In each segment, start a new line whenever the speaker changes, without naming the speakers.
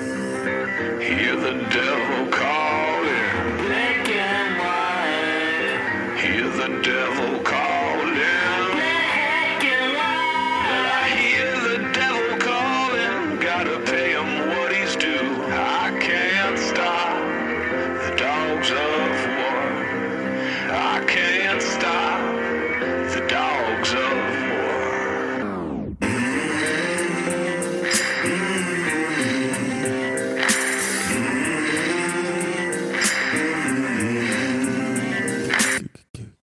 Hear the devil calling. Black and white. Hear the devil calling. Black and white. I hear the devil calling. Gotta pay him what he's due. I can't stop the dogs of war. I can't stop the dogs of war.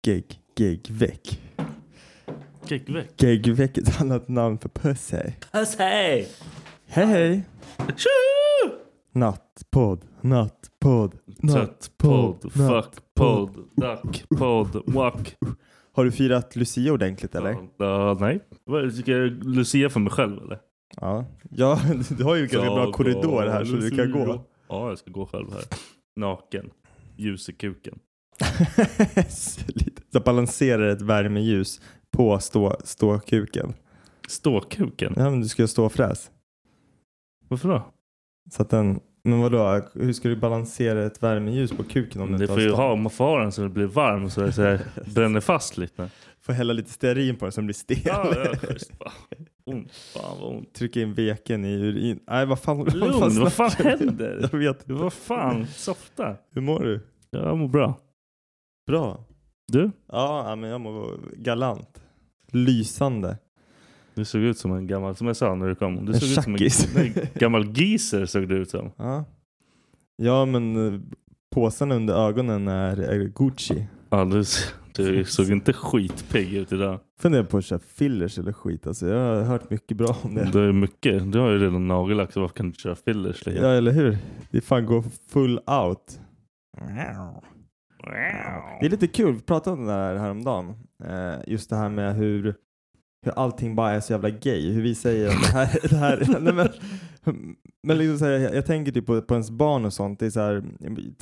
Gegg, gegg, väck.
Kickväck.
Gegg, väck är ett annat namn för puss hej.
Hej!
Hej hej. Nattpodd, nattpodd, nattpodd,
Tröttpodd,
natt.
fuckpodd, duckpodd, wack.
Har du firat Lucia ordentligt eller?
Ja, nej. Vad Ska jag Lucia för mig själv eller?
Ja. Ja, du har ju ganska bra
Jag
korridor
går
här så du kan
Lucia.
gå.
Ja, jag ska gå själv här. Naken. Ljus i kuken.
Så lite- så balanserar ett värmeljus på stå, ståkuken.
Ståkuken?
Ja, men du ska ju stå fräs.
Varför då?
Så att den, men vadå, hur ska du balansera ett värmeljus på kuken om du
Det
inte
får ju
stå-
ha, man får ha den så den blir varm så det så här bränner fast lite.
Får hälla lite stearin på den så den blir stel.
Ja, ja, schysst. Fan. Ont. Fan vad ont.
Trycka in veken i urin. Nej, vad fan
Lugn, vad fan
snackar du?
händer?
Jag vet inte.
Vad fan, softa.
Hur mår du?
Jag mår bra.
Bra.
Du?
Ja, ja, men jag mår galant. Lysande.
Du såg ut som en gammal, som jag sa när du kom. Du
En
såg ut som en
tjackis.
nej, gammal geezer såg du ut som.
Ja, ja men eh, påsen under ögonen är, är Gucci.
Ja, du, s- du såg inte skitpigg ut idag.
Funderar på att köra fillers eller skit. Alltså, jag har hört mycket bra om det.
Du har ju mycket. Du har ju redan nagellack så varför kan du inte köra fillers? lite?
Ja, eller hur? Det fan går full out. Det är lite kul, vi pratade om det här häromdagen. Eh, just det här med hur, hur allting bara är så jävla gay. Hur vi säger att det här... det här nej men, men liksom så här, jag, jag tänker typ på, på ens barn och sånt. Det är så här,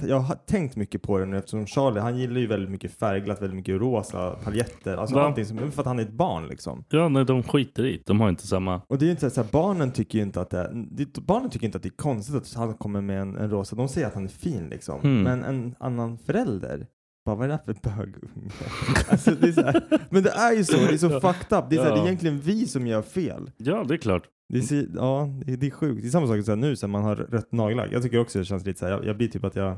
jag har tänkt mycket på det nu eftersom Charlie, han gillar ju väldigt mycket färgglatt, väldigt mycket rosa paljetter. Alltså
Va?
allting som, för att han är ett barn liksom.
Ja, nej, de skiter i det. De har inte samma.
Och det är ju inte så här- så här, barnen tycker ju inte att det är, det, barnen tycker inte att det är konstigt att han kommer med en, en rosa. De säger att han är fin liksom.
Mm.
Men en annan förälder, bara vad är det här för bögunge? alltså, det är så här, men det är ju så, det är så fucked up. Det är, så här, det är
Ja.
egentligen vi som gör fel.
Ja, det är klart.
Det är, så- ja, det är, det är sjukt. Det är samma sak så här, nu sen man har rött nagellack. Jag tycker också det känns lite så här, jag, jag blir typ att jag,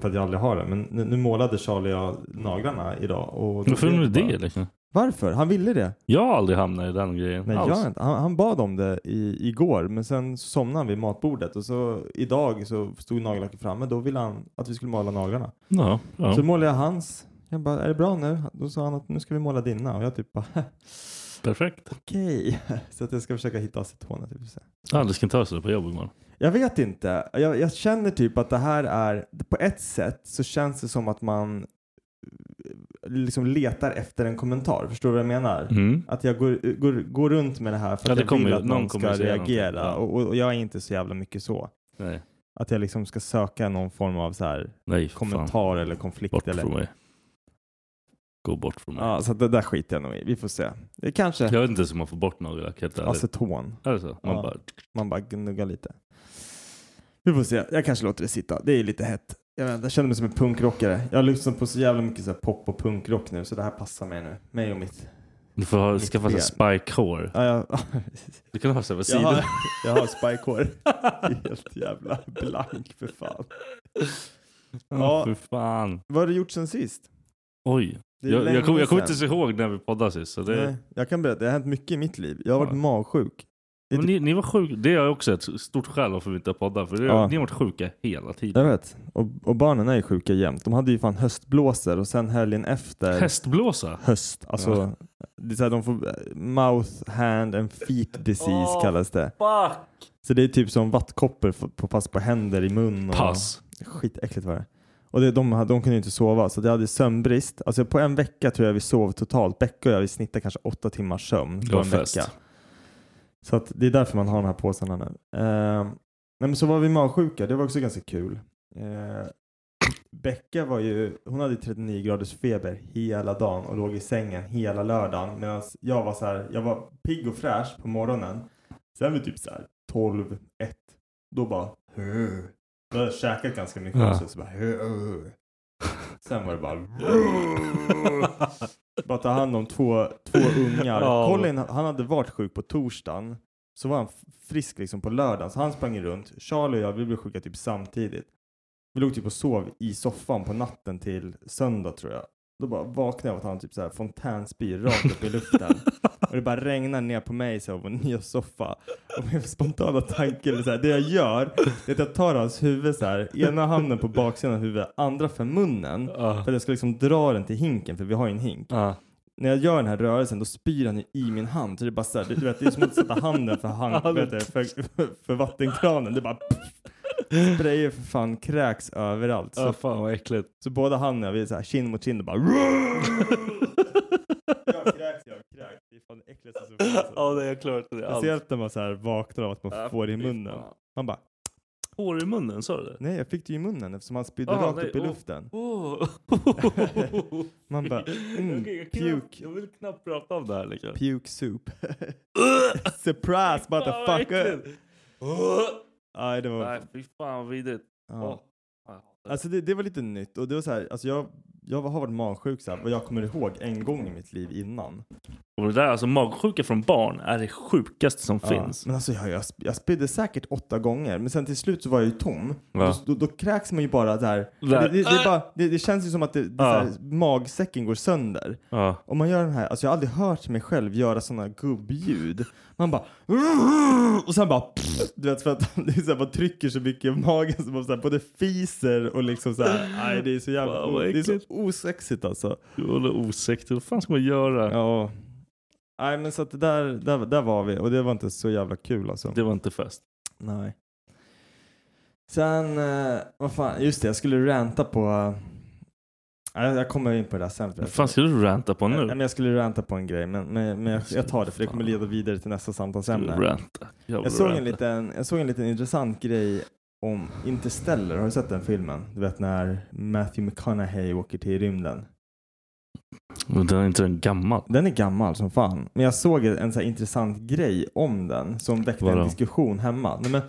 för att jag aldrig har det. Men nu, nu målade Charlie jag naglarna idag. Och då
Varför
blev
är
bara-
det liksom?
Varför? Han ville det.
Jag har aldrig hamnat i den grejen
Nej,
alls.
gör inte. Han, han bad om det i, igår, men sen somnade han vid matbordet och så idag så stod nagellacken framme. Då ville han att vi skulle måla naglarna.
Ja, ja.
Så målade jag hans,
Jag bara, är det bra nu? Då sa han att nu ska vi måla dina och jag typ bara,
Perfekt.
okej. Så att jag ska försöka hitta acetoner. Typ. så.
Ja, du ska inte höra på jobbet imorgon.
Jag vet inte. Jag, jag känner typ att det här är, på ett sätt så känns det som att man eh, liksom letar efter en kommentar. Förstår du vad jag menar?
Mm.
Att jag går, går, går runt med det här för
Ja,
att
det
jag
kommer
vill
ju-
att
någon
någon
kommer
ska
att säga
reagera.
någonting.
Och, och jag är inte så jävla mycket så.
Nej,
Att jag liksom ska söka någon form av så här
nej för fan.
kommentar eller konflikt.
Bort
eller...
från mig. Gå bort från mig.
Ja, så att det där skiter jag nog i. Vi får se. Det är kanske
Jag vet inte ens hur man får bort något helt ärligt.
aceton.
Är det så? Man
Ja.
bara...
Man bara gnuggar lite. Vi får se. Jag kanske låter det sitta. Det är lite hett. Jag, vet, inte, jag känner mig som en punkrockare. Jag har lyssnat på så jävla mycket så här pop och punkrock nu så det här passar mig nu. Mig och mitt.
Du får ha,
Mitt
skaffa sig spike hår.
Ja, jag,
Du kan ha så här på
jag
sidan.
har, jag har spikehår. Helt jävla blank för fan.
Ja,
Ja.
för fan.
Vad har du gjort sen sist?
Oj.
Det är
Jag,
länge
jag kommer jag kommer
sedan.
inte ihåg när vi poddade sist. Så det,
Nej, jag kan berätta. Det har hänt mycket i mitt liv. Jag har varit
Ja.
magsjuk. det är typ
men ni, ni var sjuka. Det är också ett stort skäl varför vi inte har poddat. För det,
Ja.
ni har varit sjuka hela tiden.
Jag vet. Och, och barnen är ju sjuka jämt. De hade ju fan höstblåsor och sen helgen efter
Hästblåsa?
höst. Alltså,
Ja.
det är så här, de får eh, mouth, hand and feet disease
Åh.
kallas det.
Fuck!
Så det är typ som vattkoppor f- på pass på händer i mun. Och
Pass.
Skitäckligt var det. Och det, de, hade- de kunde ju inte sova så jag hade sömnbrist. Alltså på en vecka tror jag vi sov totalt. Becka och jag vi snittade kanske åtta timmars sömn
Det
på
var
en
fest.
vecka. Så att det är därför man har de här påsarna nu. Eh, nej men så var vi magsjuka, det var också ganska kul. Eh, Becka var ju, hon hade 39 graders feber hela dagen och låg i sängen hela lördagen. Medan jag var så här, jag var pigg och fräsch på morgonen. Sen vid typ så här 12, 1, då bara "Hur?" Då hade jag käkat ganska mycket
Ja.
också. Så bara, "Hur?" Sen var det bara bara ta hand om två, två ungar.
Ja.
Colin, han hade varit sjuk på torsdagen. Så var han f- frisk liksom på lördagen, så han sprang runt. Charlie och jag, vi blev sjuka typ samtidigt. Vi låg typ och sov i soffan på natten till söndag tror jag. Då bara vaknade jag av att han typ så här fontänspyr rakt upp i luften. Och det bara regnar ner på mig så här, på en nya soffa. Och min spontana tanke, eller så här, det jag gör, det är att jag tar hans huvud så här, ena handen på baksidan av huvudet, andra för munnen.
Ja.
För att jag ska liksom dra den till hinken, för vi har ju en hink.
Ja.
När jag gör den här rörelsen då spyr han ju i min hand. Så det är bara så här, du vet, det är som att sätta handen för, hand, vet du, för, för vattenkranen. Det bara sprayer för fan kräks överallt.
Ja,
Så,
fan vad äckligt.
så båda han och jag, vi är så här kind mot kind och bara Jag kräks, jag kräks. Det är fan det äckligaste som finns.
Ja, det är klart. Det är allt.
Speciellt när man så här vaknar av att man
Ja,
får det i
fy
munnen.
fan.
Man bara,
Hår i munnen, sa du det?
nej jag fick det ju i munnen eftersom han spydde
Ah,
rakt
nej,
upp i
åh.
luften.
Oh.
Man bara, mm,
Okej, jag, knappt,
puke,
jag vill knappt prata om det här. Liksom.
puke soup. Surprise motherfucker! Nej, det var...
Nej, fy fan vad vidrigt.
Ja.
Åh.
Alltså det, det var lite nytt och det var så här, alltså jag, jag har varit magsjuk så här, vad jag kommer ihåg en gång i mitt liv innan.
Och det där, alltså magsjuka från barn är det sjukaste som
Ja,
finns.
Men alltså jag, jag, sp- jag spydde säkert åtta gånger, men sen till slut så var jag ju tom.
Ja.
Då, då, då kräks man ju bara där. Det,
Där.
det, det, är bara, det, det känns ju som att det, det,
Ja.
så här, magsäcken går sönder.
Ja.
Om man gör den här, alltså jag har aldrig hört mig själv göra sådana gubbljud. Man bara och sen bara du vet för att det är så här, man trycker så mycket i magen så man så här, både fiser och liksom så här, nej det är så jävla,
Wow, vad
det är så
äckligt.
osexigt alltså.
Du håller osäker. Vad fan ska man göra?
Ja. Nej men så att det där, där, där var vi och det var inte så jävla kul alltså.
Det var inte fest.
Nej. Sen, eh, vad fan, just det jag skulle ranta på, eh, nej, jag kommer in på det där sen. för
Vad
jag-
fan ska du ranta på
Nej,
nu?
men jag skulle ranta på en grej, men, men, men jag, jag tar det för det kommer leda vidare till nästa samtalsämne.
Ranta. Jävla
Jag såg, en
ranta.
liten, jag såg en liten intressant grej om Interstellar. Har du sett den filmen? Du vet när Matthew McConaughey åker till rymden.
Men Den är inte en gammal.
Den är gammal som fan. Men jag såg en så här intressant grej om den som väckte
Vadå?
en diskussion hemma. Nej, men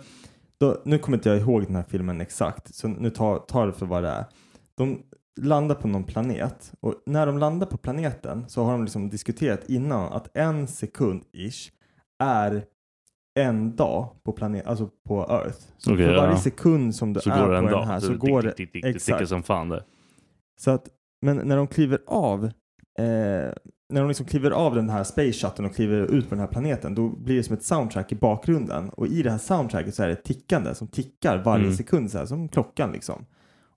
då, nu kommer inte jag ihåg den här filmen exakt, så nu tar, tar det för vad det är. De landar på någon planet och när de landar på planeten så har de liksom diskuterat innan att en sekund ish är en dag på planet, alltså på Earth. Så
Okej,
för varje
ja.
sekund som du
Så
är
går det
på
en
den här
dag.
så går det
tick, tick, tick, tickar
exakt.
som fan där.
Så att, men när de kliver av eh, när de liksom kliver av den här space shuttlen och kliver ut på den här planeten då blir det som ett soundtrack i bakgrunden och i det här soundtracket så är det ett tickande som tickar varje
Mm.
sekund så här, som klockan liksom.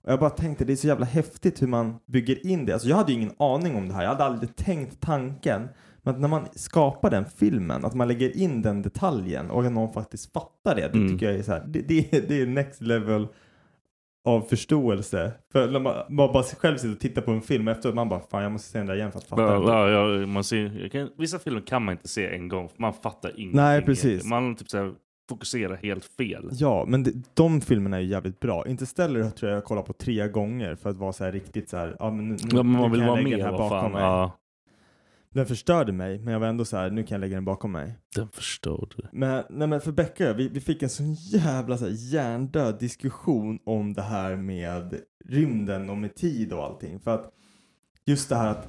Och jag bara tänkte det är så jävla häftigt hur man bygger in det. Alltså jag hade ju ingen aning om det här. Jag hade aldrig tänkt tanken. Men att när man skapar den filmen, att man lägger in den detaljen och att någon faktiskt fattar det. Det
Mm.
tycker jag är så här, det, det, är- det är next level av förståelse. För när man, man bara själv sitter och tittar på en film efter man bara fan jag måste se den där igen för att fatta.
Ja,
den.
ja, ja, man ser, jag kan, vissa filmer kan man inte se en gång, för man fattar ingenting.
Nej, precis.
Man typ så här, fokuserar helt fel.
Ja, men de, de filmerna är ju jävligt bra. Interstellar tror jag jag kollar på tre gånger för att vara så här riktigt så här, ja men nu, nu,
Ja, men
nu
man vill
kan jag
vara
lägga
med.
den här
Vad
bakom
fan.
mig.
Ja,
Den förstörde mig, men jag var ändå så här, nu kan jag lägga den bakom mig.
den förstår du.
Men, nej men för Becka och jag, vi, vi fick en sån jävla så här, hjärndöd diskussion om det här med rymden och med tid och allting. För att just det här att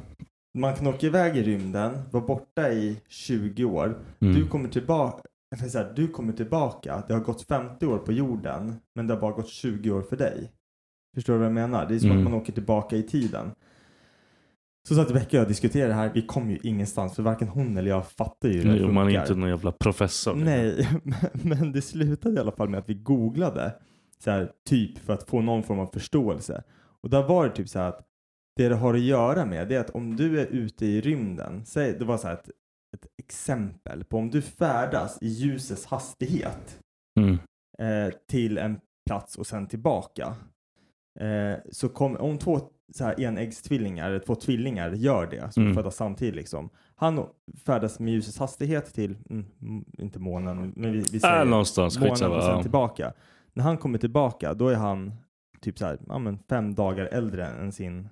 man kan åka iväg i rymden, vara borta i 20 år.
Mm.
Du, kommer tillbaka, eller så här, du kommer tillbaka, det har gått 50 år på jorden, men det har bara gått 20 år för dig. Förstår du vad jag menar? Det är som
Mm.
att man åker tillbaka i tiden. Så satt Becka och jag och diskuterade det här, vi kom ju ingenstans för varken hon eller jag fattar ju hur det
Nej, och man är
funkar.
inte någon jävla professor.
Nej, men- men det slutade i alla fall med att vi googlade så här, typ för att få någon form av förståelse. Och där var det typ så här att det det har att göra med det är att om du är ute i rymden, säg, det var så här ett, ett exempel på om du färdas i ljusets hastighet
Mm.
eh, till en plats och sen tillbaka. Eh, så kom, om två så här, enäggstvillingar, eller två tvillingar gör det, som
Mm.
är födda samtidigt liksom. Han färdas med ljusets hastighet till, mm, m- inte månen, men vi, vi
Äh,
säger
någonstans,
månen och sen
skitsamma.
tillbaka. När han kommer tillbaka, då är han typ så här, ja, men fem dagar äldre än sin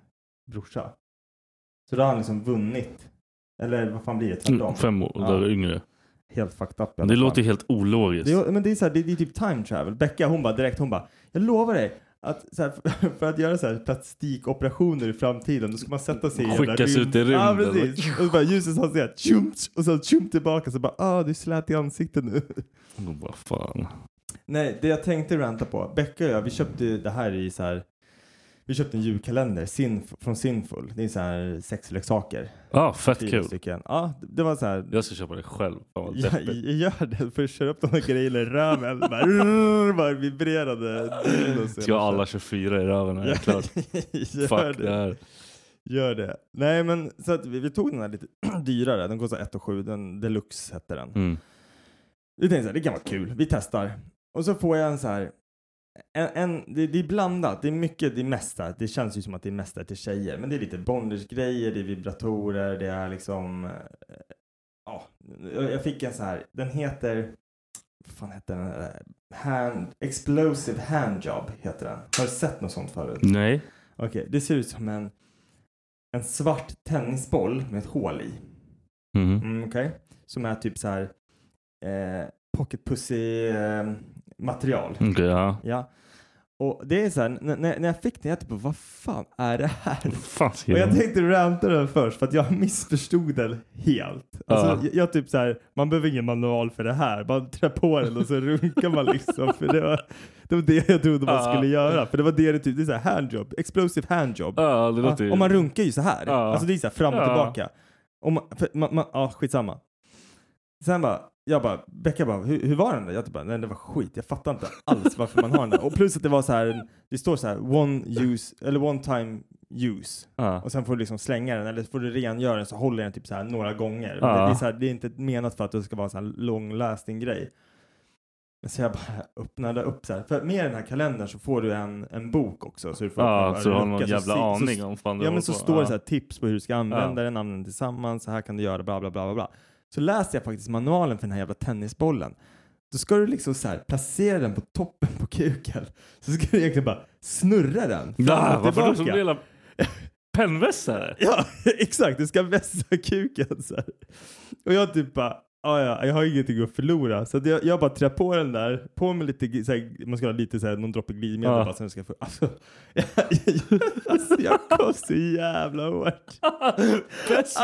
brorsa. Så då har han liksom vunnit, eller vad fan blir det, tvärtom?
Mm, Fem år,
Ja.
där är yngre.
Helt fucked up i alla
Det
fall.
låter ju helt ologiskt.
Det, men det är, så här, det, det är typ time travel. Becka hon bara direkt, hon bara, jag lovar dig att så här, för, att göra så här plastikoperationer i framtiden då ska man sätta sig i en jävla
Skickas
rymd-
ut i rymden.
Ja precis. Och så bara ljusets hastighet, tjumts, och så tjum tillbaka så bara, ah du är slät i ansiktet nu.
Och Vad fan.
Nej, det jag tänkte ranta på, Becka och jag, vi köpte ju det här i så här, vi köpte en julkalender sin, från Sinful. Det är så här sexleksaker.
Ja, fett
Fyra
kul.
stycken. Ja, det var så här,
Jag ska köpa det själv. Fan, vad
Ja,
deppigt.
jag gör det. För jag kör upp de där grejerna i röven. Bara, rrrr, bara vibrerade dinos.
Ska jag ha alla 24 i röven här, klart.
gör,
Fuck det
det.
här.
gör det. Nej men så att vi, vi tog den här lite dyrare. Den kostar 1 7. Den deluxe hette den.
Mm.
Vi tänkte så här, det kan vara kul. Vi testar. Och så får jag en så här. En, en, det, det är blandat. Det är mycket, det är mest där. Det känns ju som att det är mest där till tjejer. Men det är lite bondage-grejer, det är vibratorer, det är liksom... eh, Ja, jag jag fick en så här. Den heter... Vad fan heter den? Eh, Hand, explosive handjob heter den. Har du sett något sånt förut?
Nej.
Okej, det ser ut som en, en svart tennisboll med ett hål i.
Mm.
Mm, Okej. Som är typ så här eh, pocket pussy eh, material.
Okej, ja.
Ja. Och det är så här, n- när, när jag fick den, jag typ bara, vad fan är det här?
Fan, ska
Och
jag...
jag tänkte ranta den först för att jag missförstod den helt. Alltså,
Ja.
jag, jag typ så här, man behöver ingen manual för det här. Man trär på den och så runkar man liksom. För det var, det var det jag trodde man
Ja.
skulle göra. För det var det det typ, det är så här handjob, explosive handjob.
Ja, det låter
Ja,
ju...
och man runkar ju så här.
Ja.
Alltså det är så här fram och
Ja.
tillbaka. Och man, för, man, man, ja, skitsamma. Sen bara, jag bara, Becka bara, hur, hur var den där? Jag typ bara, nej det var skit. Jag fattar inte alls varför man har den där. Och plus att det var så här, det står så här, one use, eller one time use.
Ja.
Och sen får du liksom slänga den, eller får du rengöra den så håller den typ så här några gånger.
Ja.
Det, det, är så här, det är inte menat för att det ska vara en sån här långläsning grej. Men så jag bara öppnade upp så här. För med den här kalendern så får du en, en bok också. Så du får öppna
Ja,
bara
så du har
en
någon
lucka,
jävla
si-
aning om fan det
Ja men
var
så står det
Ja.
så här tips på hur du ska använda
Ja.
den, använda den tillsammans, så här kan du göra, bla bla bla bla bla. Så läser jag faktiskt manualen för den här jävla tennisbollen. Då ska du liksom så här placera den på toppen på kuken. Så ska du egentligen bara snurra den. fram
Ja,
och
varför då? Som
tillbaka.
en jävla pennvässare?
Ja, exakt. Du ska vässa kuken så här. Och jag typ bara, "Ah, ja, jag har ingenting att förlora. Så att jag, jag bara trär på den där, på med lite, gl- så här, man ska ha lite så här, någon droppe glidmedel
Ja.
bara så den ska få, alltså, jag, alltså jag kom så jävla hårt. Alltså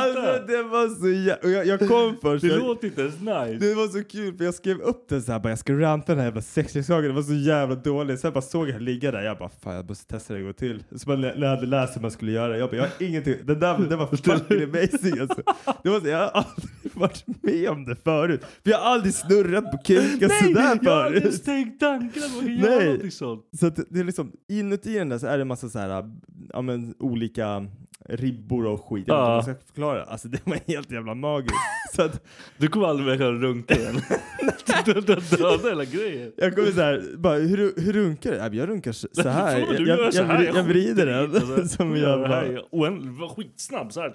det var så jävla, och jag, jag kom först.
Det
jag,
låter inte ens nice.
det var så kul för jag skrev upp den så här bara jag ska ranta den här jävla sexleksaken, den var så jävla dålig. Sen bara såg jag den ligga där, jag bara fan jag måste testa det en gång till. Så man lä- lärde läsa hur man skulle göra, jag bara jag har ingenting, den där den var fucking amazing alltså. Det var så, jag har aldrig varit med om det förut. Vi har aldrig snurrat på kuken sådär
jag har
förut.
aldrig ens tänkt tanken att man kan göra
Nej.
någonting sånt.
Så att det är liksom, inuti den där så är det en massa så här, ja men olika ribbor och skit. Jag vet inte
Ja.
hur man ska förklara. Alltså det var helt jävla magiskt. så att
Du kommer aldrig mer kunna runka igen. Du har dödat hela grejen.
jag kommer så här, bara hur, hur runkar du? Ja, men Jag runkar så så här.
Fan,
Jag,
du
jag,
gör
jag,
så här,
vri- jag vrider den.
alltså.
som jag bara,
bara... Oändligt, var skitsnabb så här.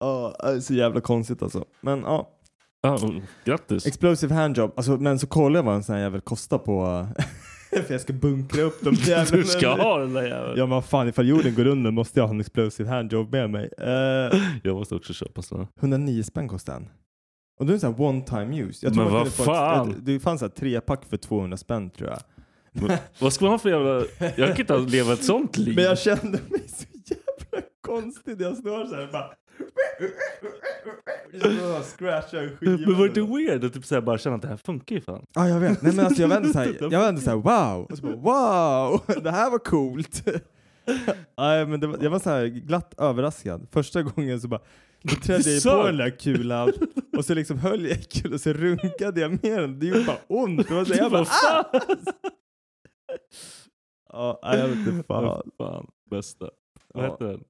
ja, det är så jävla konstigt alltså. Men ja.
Ja, grattis.
Explosive handjob. Alltså, men så kollar jag vad en sån här jävel kostar på... för jag ska bunkra upp de jävlarna.
Du ska ha den där jäveln.
Ja men vad fan, ifall jorden går under måste jag ha en explosive handjob med mig. Eh,
Jag måste också köpa såna.
109 spänn kostar den. Och då är det sån här one time use.
Men
man
vad
kunde få
fan?
Ett, det fanns såhär tre pack för 200 spänn tror jag.
Men Vad ska man ha för jävla... Jag kan inte leva ett sånt liv.
Men jag kände mig så jävla konstig när jag står såhär bara... Det är som att jag scratchar en skiva.
Men var det inte weird att typ så här bara känna att det här funkar ju fan?
Ja, jag vet. Nej, men alltså, jag vände så här, jag vände så här wow, och så bara, wow, det här var coolt. Nej, men det var, jag var så här glatt överraskad. Första gången så bara, då trädde jag på
Så.
den där kulan och så liksom höll jag i kulan och så runkade jag med den. Det gjorde bara ont. Det var så här, Alltså, jag bara,
Vad fan?
ja, nej, ah! jag vet inte fan.
fan. Bästa. Vad
Ja,
heter den?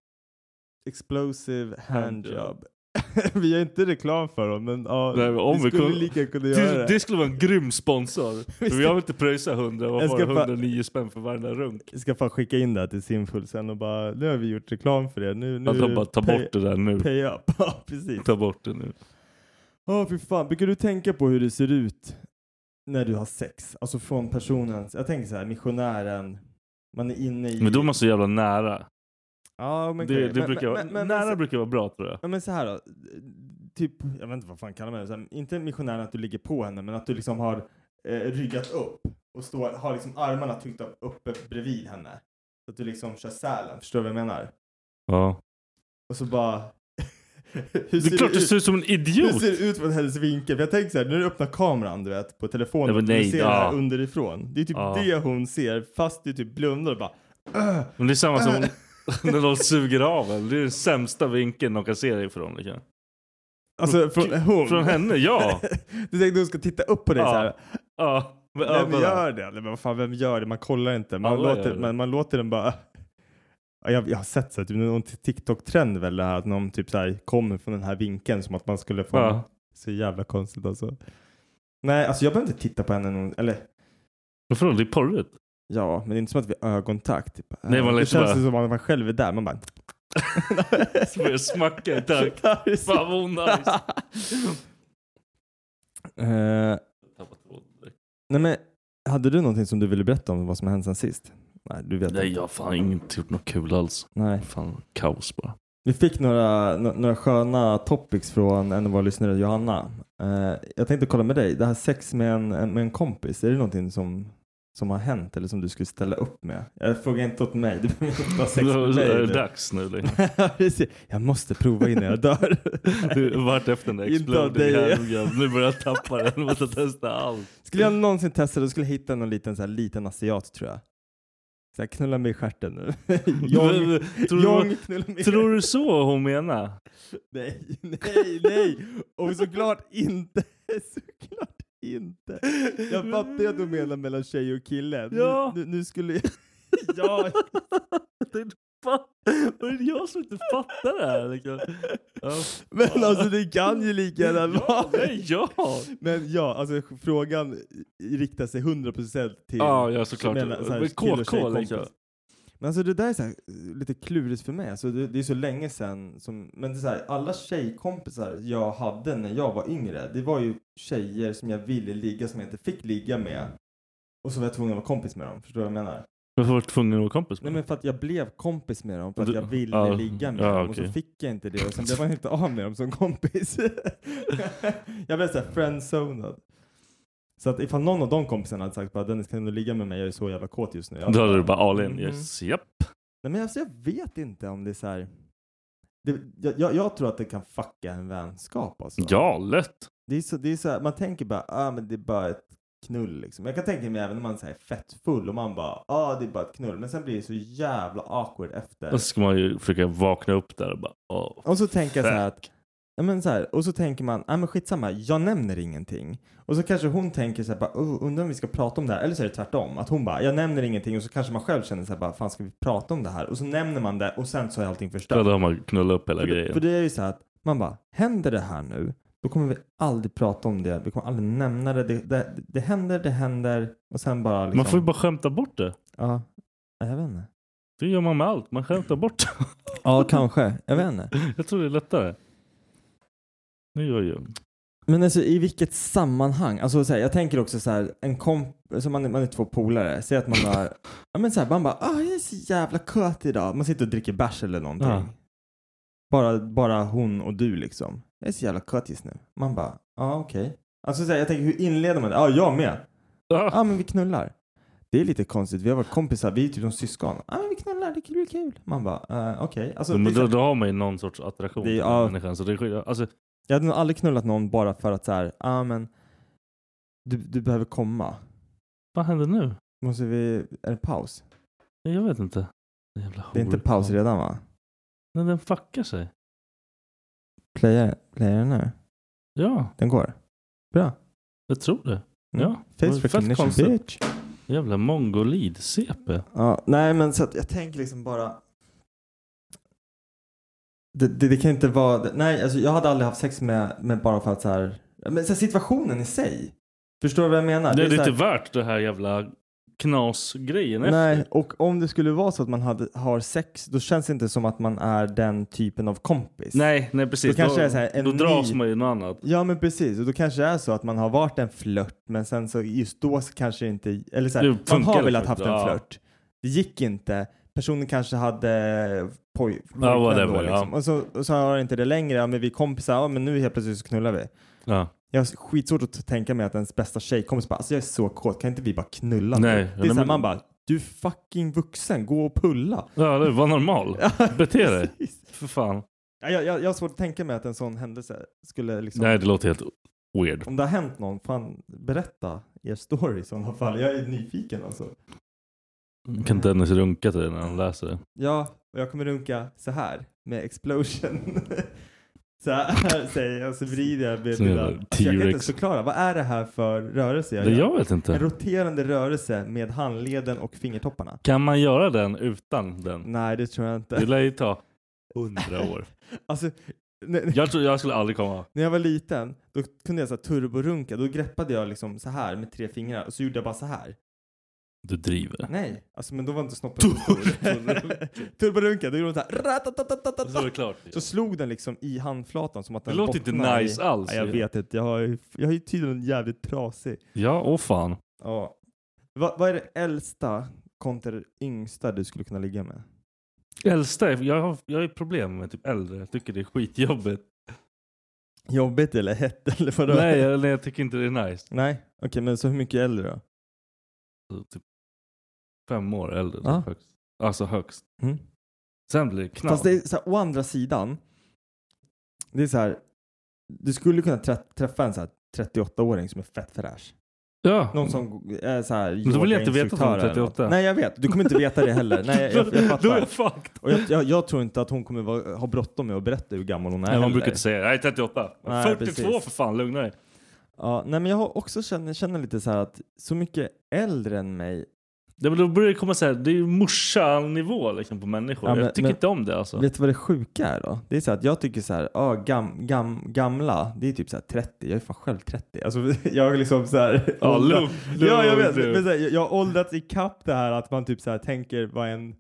explosive handjob. vi gör inte reklam för dem, men ja,
Nej, men om
vi
vi
skulle
kunde-
lika kunna göra
Det,
det.
det skulle vara en grym sponsor.
Vi
Men jag vill inte pröjsa 100, vad
Jag
var
ska
det?
fa-
109 spänn för varenda runk.
Jag ska fan skicka in det här till Simfull sen och bara, nu har vi gjort reklam för det. Nu, nu
Att de Alltså, bara tar
pay-
bort det där nu.
Pay up, ja precis.
Ta bort det nu.
Ja fy fan, brukar du tänka på hur det ser ut när du har sex? Alltså från personens, jag tänker så här, missionären, man är inne i...
Men då är man så jävla nära.
Ja men
Det,
okej.
det
men,
brukar, vara-
men, men,
nära
men,
brukar vara bra tror jag.
ja, men så här då, typ, jag vet inte vad fan kallar man det, så här, inte missionären att du ligger på henne, men att du liksom har eh, ryggat upp och står, har liksom armarna tryckta uppe bredvid henne. Så att du liksom kör sälen, förstår du vad jag menar?
Ja.
Och så bara... Hur
Det är klart du
ut?
ser ut som en
Hur
idiot!
ser det ut från hennes vinkel? För jag tänker så här, när du öppnar kameran du vet, på telefonen,
Ja, men
du
nej,
ser
ja.
det här underifrån. Det är typ
Ja.
det hon ser, fast du typ blundar och bara "Åh."
Men det är samma som när de suger av en. Det är den sämsta vinkeln de kan se dig ifrån. liksom.
Alltså från hon.
Från henne, ja.
Du tänkte hon ska titta upp på dig
Ja,
så här.
ja. Med
Vem
ögonen.
gör det? Nej, men vad fan, vem gör det? Man kollar inte. Man,
Alla gör
låter,
det.
man, man låter den bara... Ja, Jag, jag har sett så här, typ någon TikTok-trend väl, det här, att någon typ så här kommer från den här vinkeln som att man skulle få
Ja.
Så jävla konstigt alltså. Nej, alltså jag behöver inte titta på henne någon, eller
Varför då? Det är porrigt.
ja, men det är inte som att vi har ögonkontakt. Typ.
Nej, man
det
lät
känns
bara-
ju som att man själv är där, man bara...
Så börjar jag smacka i takt. Fan vad nice.
Eh, nej men, hade du någonting som du ville berätta om vad som har hänt sen sist? Nej, du vet
Nej
inte.
jag har fan inte gjort något kul alls.
Nej.
Fan kaos bara.
Vi fick några, nå- några sköna topics från en av våra lyssnare, Johanna. Eh, jag tänkte kolla med dig, det här sex med en, en- med en kompis, är det någonting som, som har hänt eller som du skulle ställa upp med? Jag frågar inte åt mig, du behöver inte ha sex
Då
med mig.
är det
du.
dags nu. liksom.
Precis. jag måste prova innan jag dör.
Du, Vart efter den där
Inte av
exploden i
dig.
helgen. Nu börjar jag tappa den. Jag måste testa allt.
Skulle jag någonsin testa det skulle jag hitta någon liten, så här, liten asiat tror jag. Så här, knulla mig i stjärten nu. Jong,
Tror du-
jong, knulla mig i
Tror du så hon menar?
Nej, nej, nej! Och såklart inte! Såklart inte! Jag fattar ju att du menar mellan tjej och kille. Nu-
Ja.
Nu, nu skulle jag... Ja!
Det är fan- Var det jag som inte fattar det här? Liksom? Ja.
Men alltså det kan ju lika gärna
Ja,
vara...
nej, ja!
Men ja, alltså frågan riktar sig 100% till...
Ja, ja såklart.
mellan- så här,
Men
kille och
KK
tjejkompis.
liksom.
Men alltså det där är så här, lite klurigt för mig. Alltså det, det är så länge sedan som, men det är så här, alla tjejkompisar jag hade när jag var yngre, det var ju tjejer som jag ville ligga som jag inte fick ligga med. Och så var jag tvungen att vara kompis med dem, förstår du vad jag menar?
Varför var du tvungen att vara kompis
Nej
med
men för att jag blev kompis med dem, för att
Du-
jag ville
ja,
ligga med
ja,
dem och så
okej.
fick jag inte det och sen blev man inte av med dem som kompis. jag blev såhär friendzonad. Så att ifall någon av de kompisarna hade sagt bara Dennis kan du ligga med mig, jag är så jävla kåt just nu. Jag
Då hade du bara all in.
Mhm.
Yes, japp.
Nej men alltså jag vet inte om det är så här. Det, jag, jag, jag tror att det kan fucka en vänskap alltså.
Ja, lätt.
Det är så, det är så här, man tänker bara, ah men det är bara ett knull liksom. Jag kan tänka mig även när man säger fett full och man bara, ah det är bara ett knull. Men sen blir det så jävla awkward efter.
Och så ska man ju försöka vakna upp där och bara åh.
Och så tänker jag så här att, Ja, men så här, och så tänker man, nej men skitsamma, jag nämner ingenting. Och så kanske hon tänker så här, bara, "Oh, undrar om vi ska prata om det här. Eller så är det tvärtom, att hon bara, jag nämner ingenting. Och så kanske man själv känner så här, bara, fan ska vi prata om det här? Och så nämner man det och sen så är allting
Ja,
förstört.
då har man knullat upp hela
för, det-
grejen.
för det är ju så här att man bara, händer det här nu, då kommer vi aldrig prata om det. Vi kommer aldrig nämna det. Det, det, det händer, det händer. Och sen bara liksom,
Man får ju bara skämta bort det.
ja, jag vet inte.
Det gör man med allt. Man skämtar bort det.
Ja, kanske. Jag vet inte.
Jag tror det är lättare. Nu gör jag ju.
Men alltså i vilket sammanhang? Alltså så här, jag tänker också så här, en komp, alltså man, är- man är två polare, säg att man har, ja men så här, man bara, ah jag är så jävla kåt idag. Man sitter och dricker bärs eller någonting.
Ja.
Bara, bara hon och du liksom. Jag är så jävla kåt just nu. Man bara, ja ah, okej. Alltså så här, jag tänker hur inleder man det? Ja ah, jag med. Ja
Ah,
ah, men vi knullar. Det är lite konstigt, vi har varit kompisar, vi är typ som syskon. Ja ah, men vi knullar, det blir kul. Man bara, eh, okej. Alltså, det är
men
så
då,
här-
då har man ju någon sorts attraktion
Det är-
till den
ja.
människan. Så det är, skit- alltså,
Jag hade nog aldrig knullat någon bara för att så här, ah, men du, du behöver komma.
vad händer nu?
Måste vi, är det paus?
Nej, Jag vet inte. Jävla
Det är inte
hor.
paus redan va?
Nej, den fuckar sig.
Playar, playar den nu?
Ja,
Den går? Bra.
jag tror det. Ja, det var
Face
fett
recognition
konstigt.
bitch.
Jävla mongolid-CP.
Ja, nej men så att jag tänker liksom bara. Det, det, det kan inte vara, det- nej alltså jag hade aldrig haft sex med, med bara för att så här, men så här, situationen i sig. Förstår du vad jag menar?
Det är
så
inte
här-
värt det här jävla knasgrejen
Nej,
efter.
och om det skulle vara så att man hade, har sex, då känns det inte som att man är den typen av kompis.
Nej, nej
Då
precis.
kanske det är så här, en
då
ny...
dras man ju något annat.
Ja, men precis. Och då kanske det är så att man har varit en flört, men sen så just då så kanske det inte... Eller så
Det
här, man har
funkar liksom
velat haft
inte,
en
ja.
flört. Det gick inte. Personen kanske hade poj,
Ja, whatever,
pojkvän då,
ja.
liksom. och, så, och så har inte det längre. Ja, men vi är kompisar. Ja, men nu helt plötsligt så knullar vi.
Ja.
Jag har skitsvårt att tänka mig att ens bästa tjejkompis bara, alltså jag är så kåt, kan inte vi bara knulla nu?
Nej,
Det är
nej,
så här,
men-
man bara, du är fucking vuxen, gå och pulla.
ja, det var normal. Bete dig.
Precis.
För fan.
Ja, Jag, jag, jag har svårt att tänka mig att en sån händelse skulle liksom...
Nej, det låter helt weird.
Om det har hänt någon, fan berätta er story i sådana fall. Jag är nyfiken alltså.
Mm. Kan Dennis runka till det när han läser det?
Ja, och jag kommer runka så här med explosion. så här säger jag och så vrider jag med
Som
mina...
jävla
Alltså, jag kan inte
T-Rex.
ens förklara. Vad är det här för rörelse jag
det
gör?
jag vet
En
inte.
roterande rörelse med handleden och fingertopparna.
Kan man göra den utan den?
Nej, det tror jag inte.
Det lär ju ta hundra år.
Alltså, när,
Jag tror jag skulle aldrig komma.
när jag var liten, då kunde jag så här turborunka. Då greppade jag liksom så här med tre fingrar och så gjorde jag bara så här.
Du driver.
Nej, alltså men då var inte snoppen så stor. Turborunka, då gjorde de så här.
Så är det
ratatatatata.
klart.
Så slog den liksom i handflatan som att
Alltså, Det
den
låter inte
bottnar i-
nice alls.
Nej, jag vet inte, jag har ju jag har ju tydligen jävligt trasig.
Ja, åh fan.
Ja. Va, vad är det äldsta kontra det yngsta du skulle kunna ligga med?
Äldsta, är- jag har, jag har ju problem med typ äldre. Jag tycker det är skitjobbigt.
Jobbigt eller hett eller vadå?
Nej, jag, nej, jag tycker inte det är nice.
Nej, okej men så hur mycket äldre då?
Så Typ fem år äldre.
Ja.
Typ högst. Alltså högst.
Mm.
Sen blir det knall.
Fast det är så här, å andra sidan, det är så här, du skulle kunna trä- träffa en så här 38-åring som är fett fräsch.
ja.
Någon som är så här
Men då vill jag inte veta att hon är
yogainstruktör eller något.
38.
Nej jag vet, du kommer inte veta det heller. Nej jag, jag, jag
Då är jag
fattar.
fucked.
Och jag, jag, jag tror inte att hon kommer vara, ha bråttom med att berätta hur gammal hon är
Nej, man
heller.
brukar inte säga nej 38.
Nej,
42
precis.
för fan, lugna dig.
ja, Nej men jag har också känner, känner lite så här att så mycket äldre än mig.
Det, men då börjar det komma så här, det är ju morsan-nivå liksom på människor.
Ja, men-
jag tycker
men-
inte om det alltså.
Vet du vad det sjuka är då? Det är så här att jag tycker så här, ah, gam, gam, gamla, det är typ så här 30. Jag är fan själv 30. Alltså jag är liksom så här.
Ja,
åldrar-
lugn.
Ja, jag vet.
lugn.
Men så här, jag jag har åldrats ikapp det här att man typ så här tänker vad en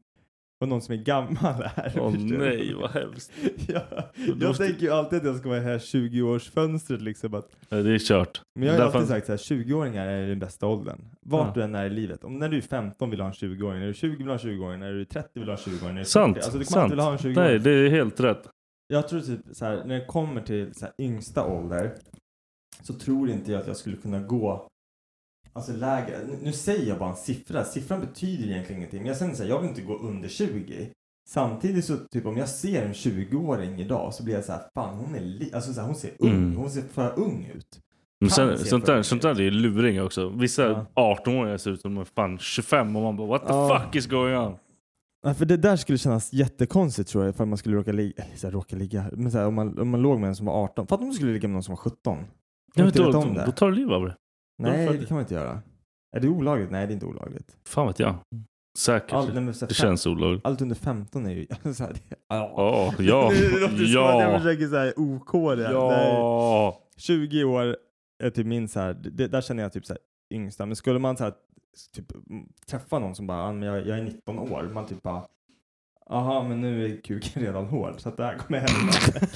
vad någon som är gammal är.
Åh
förstår du?
nej, vad hemskt.
ja, jag
måste-
tänker ju alltid att jag ska vara i det här 20-årsfönstret liksom. Att,
Nej, det är kört.
men jag har ju
Därför-
alltid sagt så här, 20-åringar är den bästa åldern. Vart
Ja.
du än är i livet. Om när du är 15 vill du ha en 20-åring, när du är 20 vill du ha en 20-åring, när du är 30 vill du ha en 20-åring. när du är 40.
Sant,
Alltså du kommer
sant.
alltid vilja ha en 20-åring.
Nej, det är helt rätt.
Jag tror typ så här, när det kommer till så här, yngsta ålder så tror inte jag att jag skulle kunna gå alltså lägre. Nu- Nu säger jag bara en siffra. Siffran betyder egentligen ingenting. Men jag känner så här, jag vill inte gå under 20. Samtidigt så typ om jag ser en 20-åring idag så blir jag så här, fan hon är li- alltså så här, hon ser ung,
Mm.
hon ser för ung ut.
Men
Fan,
sen,
ser
sånt,
för-
där, sånt där är ju luring också. Vissa
Ja.
18-åringar ser ut som de är fan 25 och man bara what the
Ja.
fuck is going on?
Nej, för det där skulle kännas jättekonstigt tror jag ifall man skulle råka ligga, eller så här, råka ligga, men så här, om, man, om man låg med en som var 18. Fatta om du skulle ligga med någon som var 17.
Nej, men
inte
då,
vet
då, då tar du livet av det.
Nej,
Då-
det kan man inte göra. Är det olagligt? Nej, det är inte olagligt.
Fan vet jag.
Mm.
Säkert.
Allt, nej, men så här,
det
fem-
känns olagligt.
allt under 15 är ju... Så här, det,
Ja, ja,
det låter som att jag
ja,
försöker så här, OK det. Nej.
ja.
20 år är typ min så här, det, där känner jag typ så här, yngsta. Men skulle man så här, typ, mm, träffa någon som bara, "Ah, men jag, jag är 19 år, man typ bara, jaha men nu är kuken redan hård så att det här kommer hända.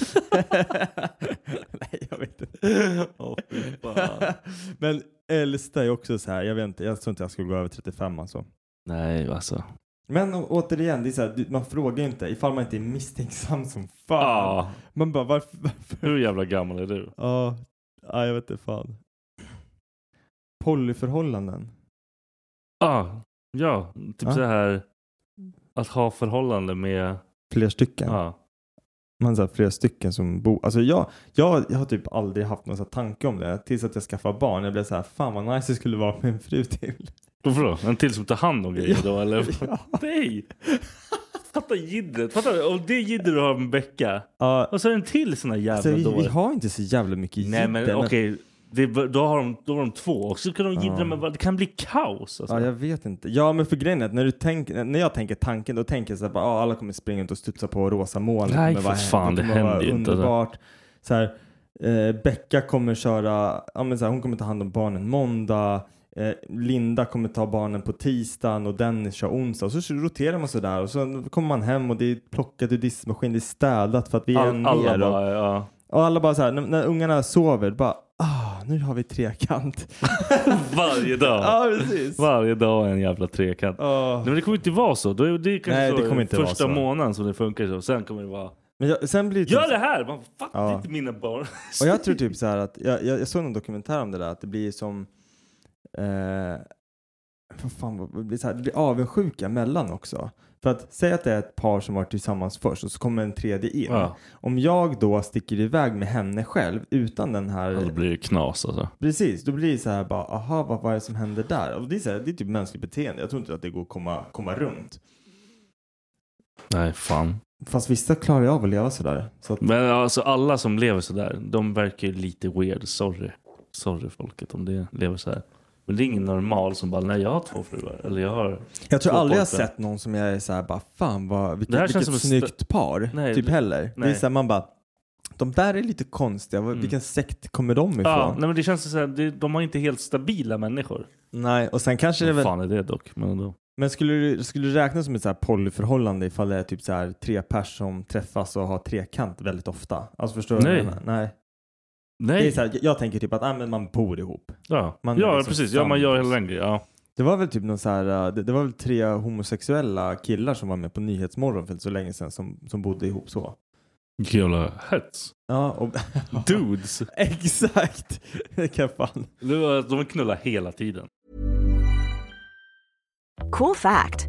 Nej jag vet inte.
Åh, fy fan.
men äldsta är också så här, jag vet inte, jag tror inte jag skulle gå över 35 alltså.
Nej, alltså.
Men å- återigen, det är så här, du- man frågar ju inte ifall man inte är misstänksam som fan.
Ah,
Man bara varför? varför?
hur jävla gammal är du?
Ja, ja, jag vet inte fan. Polyförhållanden.
Ah, ja, typ
Ah.
så här. Att ha förhållande med...
Fler stycken.
Ah.
Man så här, flera stycken som bor. Alltså jag, jag, jag har typ aldrig haft någon så här tanke om det. Tills att jag skaffade barn. Jag blev så här, fan vad nice det skulle vara med en fru till.
Varför då? En till som tar hand om grejer då eller?
Ja.
Nej! Fatta jiddret. Fatta och det jiddret du har med Becka.
Ja,
Och så är det en till sån här jävla
alltså, vi, vi
dåre.
har inte så jävla mycket
Nej men
jidder,
okej. Det är- Då har de, då har de två och så kan de jiddra
Ja.
med varandra. Det kan bli kaos. Alltså.
Ja, jag vet inte. Ja, men för grejen är att när, du tänker, när jag tänker tanken, då tänker jag så här, bara, ah, alla kommer springa ut och studsa på rosa moln.
Nej,
kommer
för
vara-
fan, det
kommer vara
händer ju inte, alltså.
Underbart. Så här, eh, Becka kommer köra, ja, men så här, hon kommer ta hand om barnen måndag. Eh, Linda kommer ta barnen på tisdagen och Dennis kör onsdag. Och så roterar man så där och så kommer man hem och det är plockat ur diskmaskin, det är städat för att vi är en
All, alla
mer. Och-
bara, ja.
Och alla bara så här, när, när ungarna sover, bara ah, nu har vi trekant.
Varje dag.
Ja, precis.
Varje dag är en jävla trekant.
Ah.
Nej, men det kommer inte vara så. Då är- Det är kanske
Nej,
så
det kommer inte vara
första
så.
månaden som det funkar så. Sen kommer det vara...
Men jag, sen blir det typ
Gör det här! Man fattar
Ja.
inte mina barn.
Och jag tror typ så här att, jag, jag, jag såg någon dokumentär om det där, att det blir som, eh, vad fan, vad- det blir, så här, det blir avundsjuka mellan också. För att säg att det är ett par som varit tillsammans först och så kommer en tredje in.
Ja,
Om jag då sticker iväg med henne själv utan den här,
då blir det knas alltså.
precis, då blir det så här bara, aha, vad, vad är det som händer där? Och det är, så här, det är typ mänskligt beteende, jag tror inte att det går att komma, komma runt.
Nej, fan.
Fast vissa klarar ju av att leva sådär. Så att,
Men alltså alla som lever sådär, de verkar ju lite weird. Sorry. Sorry folket om det lever så här. Men det är ingen normal som bara, nej jag har två fruar. Eller jag har...
jag tror
Två
aldrig jag
pojkar.
sett någon som jag är såhär bara fan vad, vilket,
Det här känns
vilket
som en st-
snyggt par.
Nej,
typ
det-
heller. Det är
nej.
såhär man bara, de där är lite konstiga, Vad-
Mm.
vilken sekt kommer de ifrån?
Ja,
nej.
nej men det känns så här, det, de har inte helt stabila människor.
och sen kanske det är
Vad
väl,
fan är det dock? Men ändå.
men skulle du, skulle du räkna som ett såhär polyförhållande ifall det är typ såhär tre pers som träffas och har trekant väldigt ofta? Alltså förstår du vad jag
Nej.
menar? Nej. Det är
Nej!
så här, jag- jag tänker typ att ah, men man bor ihop.
Ja,
man är
ja
liksom
precis. Ja, man gör
sambos.
hela den grejen. Ja.
Det var väl typ någon så här, eh, det, det var väl tre homosexuella killar som var med på Nyhetsmorgon för inte så länge sedan som, som bodde ihop så.
Vilken jävla hets.
Ja, och...
Dudes!
Exakt! Det kan jag fan.
Det var- De knullar hela tiden.
Cool fact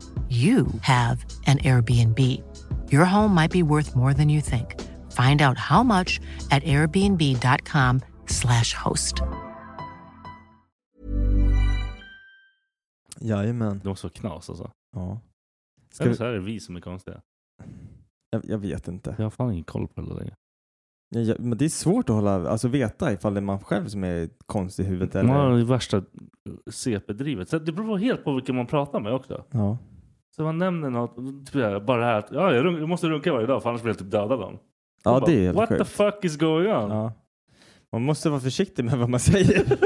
you have an Airbnb. Your home might be worth more than you think. Find out how much at airbnb.com/slash host.
Jajamän.
Det måste vara knas alltså.
Ja. Ska
Eller
vi...
så här är det vi som är konstiga.
jag, jag vet inte.
Jag har fan ingen koll på det längre.
Jag, jag, men det är svårt att hålla, alltså veta ifall det är man själv som är konstig i huvudet eller...
Man har det värsta CP-drivet. Så det beror helt på vilken man pratar med också.
Ja.
Så man nämner något, typ så här, bara det här att ja, jag, runk, jag måste runka varje dag för annars blir jag typ dödad av dem.
Ja,
Man
det är
bara,
helt
What the
sjukt.
fuck is going on?
Ja. Man måste vara försiktig med vad man säger.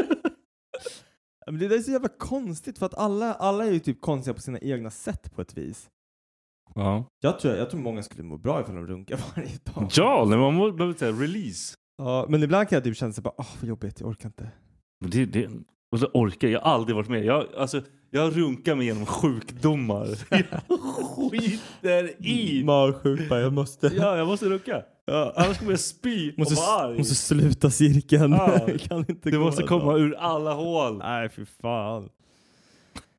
Ja, men det där är så jävla konstigt för att alla, alla är ju typ konstiga på sina egna sätt på ett vis.
Ja.
Jag tror, jag tror många skulle må bra ifall de runkar varje dag.
Ja, när man må- behöver säga release.
Ja, men ibland kan jag typ känna såhär, åh vad jobbigt, jag orkar inte.
Men Det, det, och så orkar jag. jag har aldrig varit med. Jag, alltså, jag runkar mig genom sjukdomar. Jag skiter i.
Magsjuk bara, jag måste.
Ja, jag måste runka.
Ja.
Annars kommer jag spy och
Måste,
vara arg.
måste sluta cirkeln.
Ja.
Jag kan inte
det
gå
måste
en
komma
dag.
ur alla hål.
Nej, fy fan.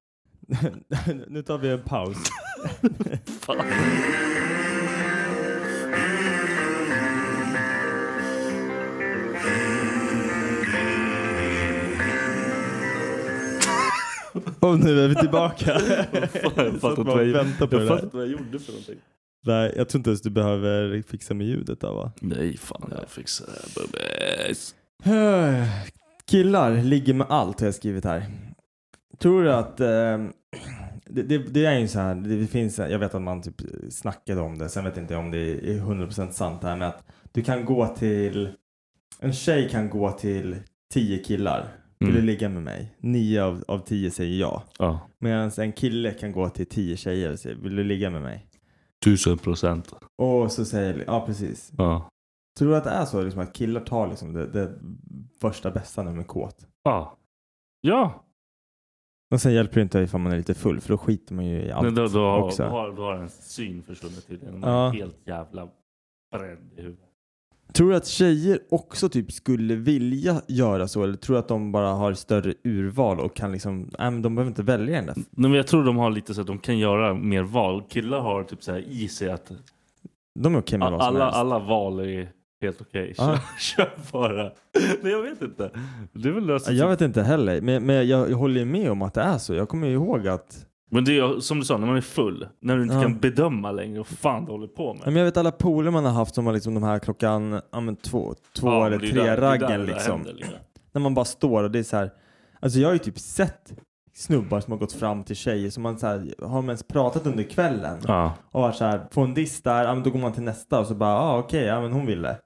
nu tar vi en paus.
Fan.
Och nu är vi tillbaka.
Fan, jag
Satt
fattar inte
bara
vad
och
jag,
väntade
jag,
på det
fattar
där.
inte vad jag gjorde för någonting.
Nej, jag tror inte ens du behöver fixa med ljudet där va?
Nej, fan jag fixar det här bubbis.
Killar ligger med allt har jag skrivit här. Tror du att eh, det, det, det är ju så här, det finns, jag vet att man typ snackade om det, sen vet inte jag om det är 100% sant det här med att du kan gå till, en tjej kan gå till 10 killar, vill du
Mm.
ligga med mig? 9 av, av 10 säger ja.
Ja,
Medan en kille kan gå till 10 tjejer och säga, vill du ligga med mig?
tusen procent.
Och så säger, ja precis.
Ja.
Tror du att det är så liksom, att killar tar liksom, det, det första bästa när de är kåt?
Ja. Ja,
Och sen hjälper det inte ifall man är lite full för då skiter man ju i allt
men då, då, har-
också.
då, har, då har en syn försvunnit tydligen. Man
Ja.
är helt jävla bränd i huvudet.
Tror du att tjejer också typ skulle vilja göra så eller tror du att de bara har större urval och kan liksom, nej men de behöver inte välja den där.
Nej, men jag tror de har lite så att de kan göra mer val. Killar har typ så här i sig att
De är okej med vad som
alla,
helst.
alla val är helt okej.
Ja.
Kör, kör bara. Nej, jag vet inte. Det är väl alltså,
Jag vet inte heller, men, men jag, jag håller ju med om att det är så. Jag kommer ju ihåg att,
Men det är som du sa, när man är full. När du inte
Ja.
kan bedöma längre vad fan du håller på med.
ja, men jag vet alla poler man har haft som var liksom de här klockan, ja men två, två
Ja,
eller
men det är där- det är
tre
där det
raggen
där
liksom.
händer, liksom.
När man bara står och det är så här. Alltså jag har ju typ sett snubbar som har gått fram till tjejer som man så här, har man ens pratat under kvällen?
Ja.
och varit så här, få en diss där, ja, men då går man till nästa och så bara, ah, okej, ja men hon ville.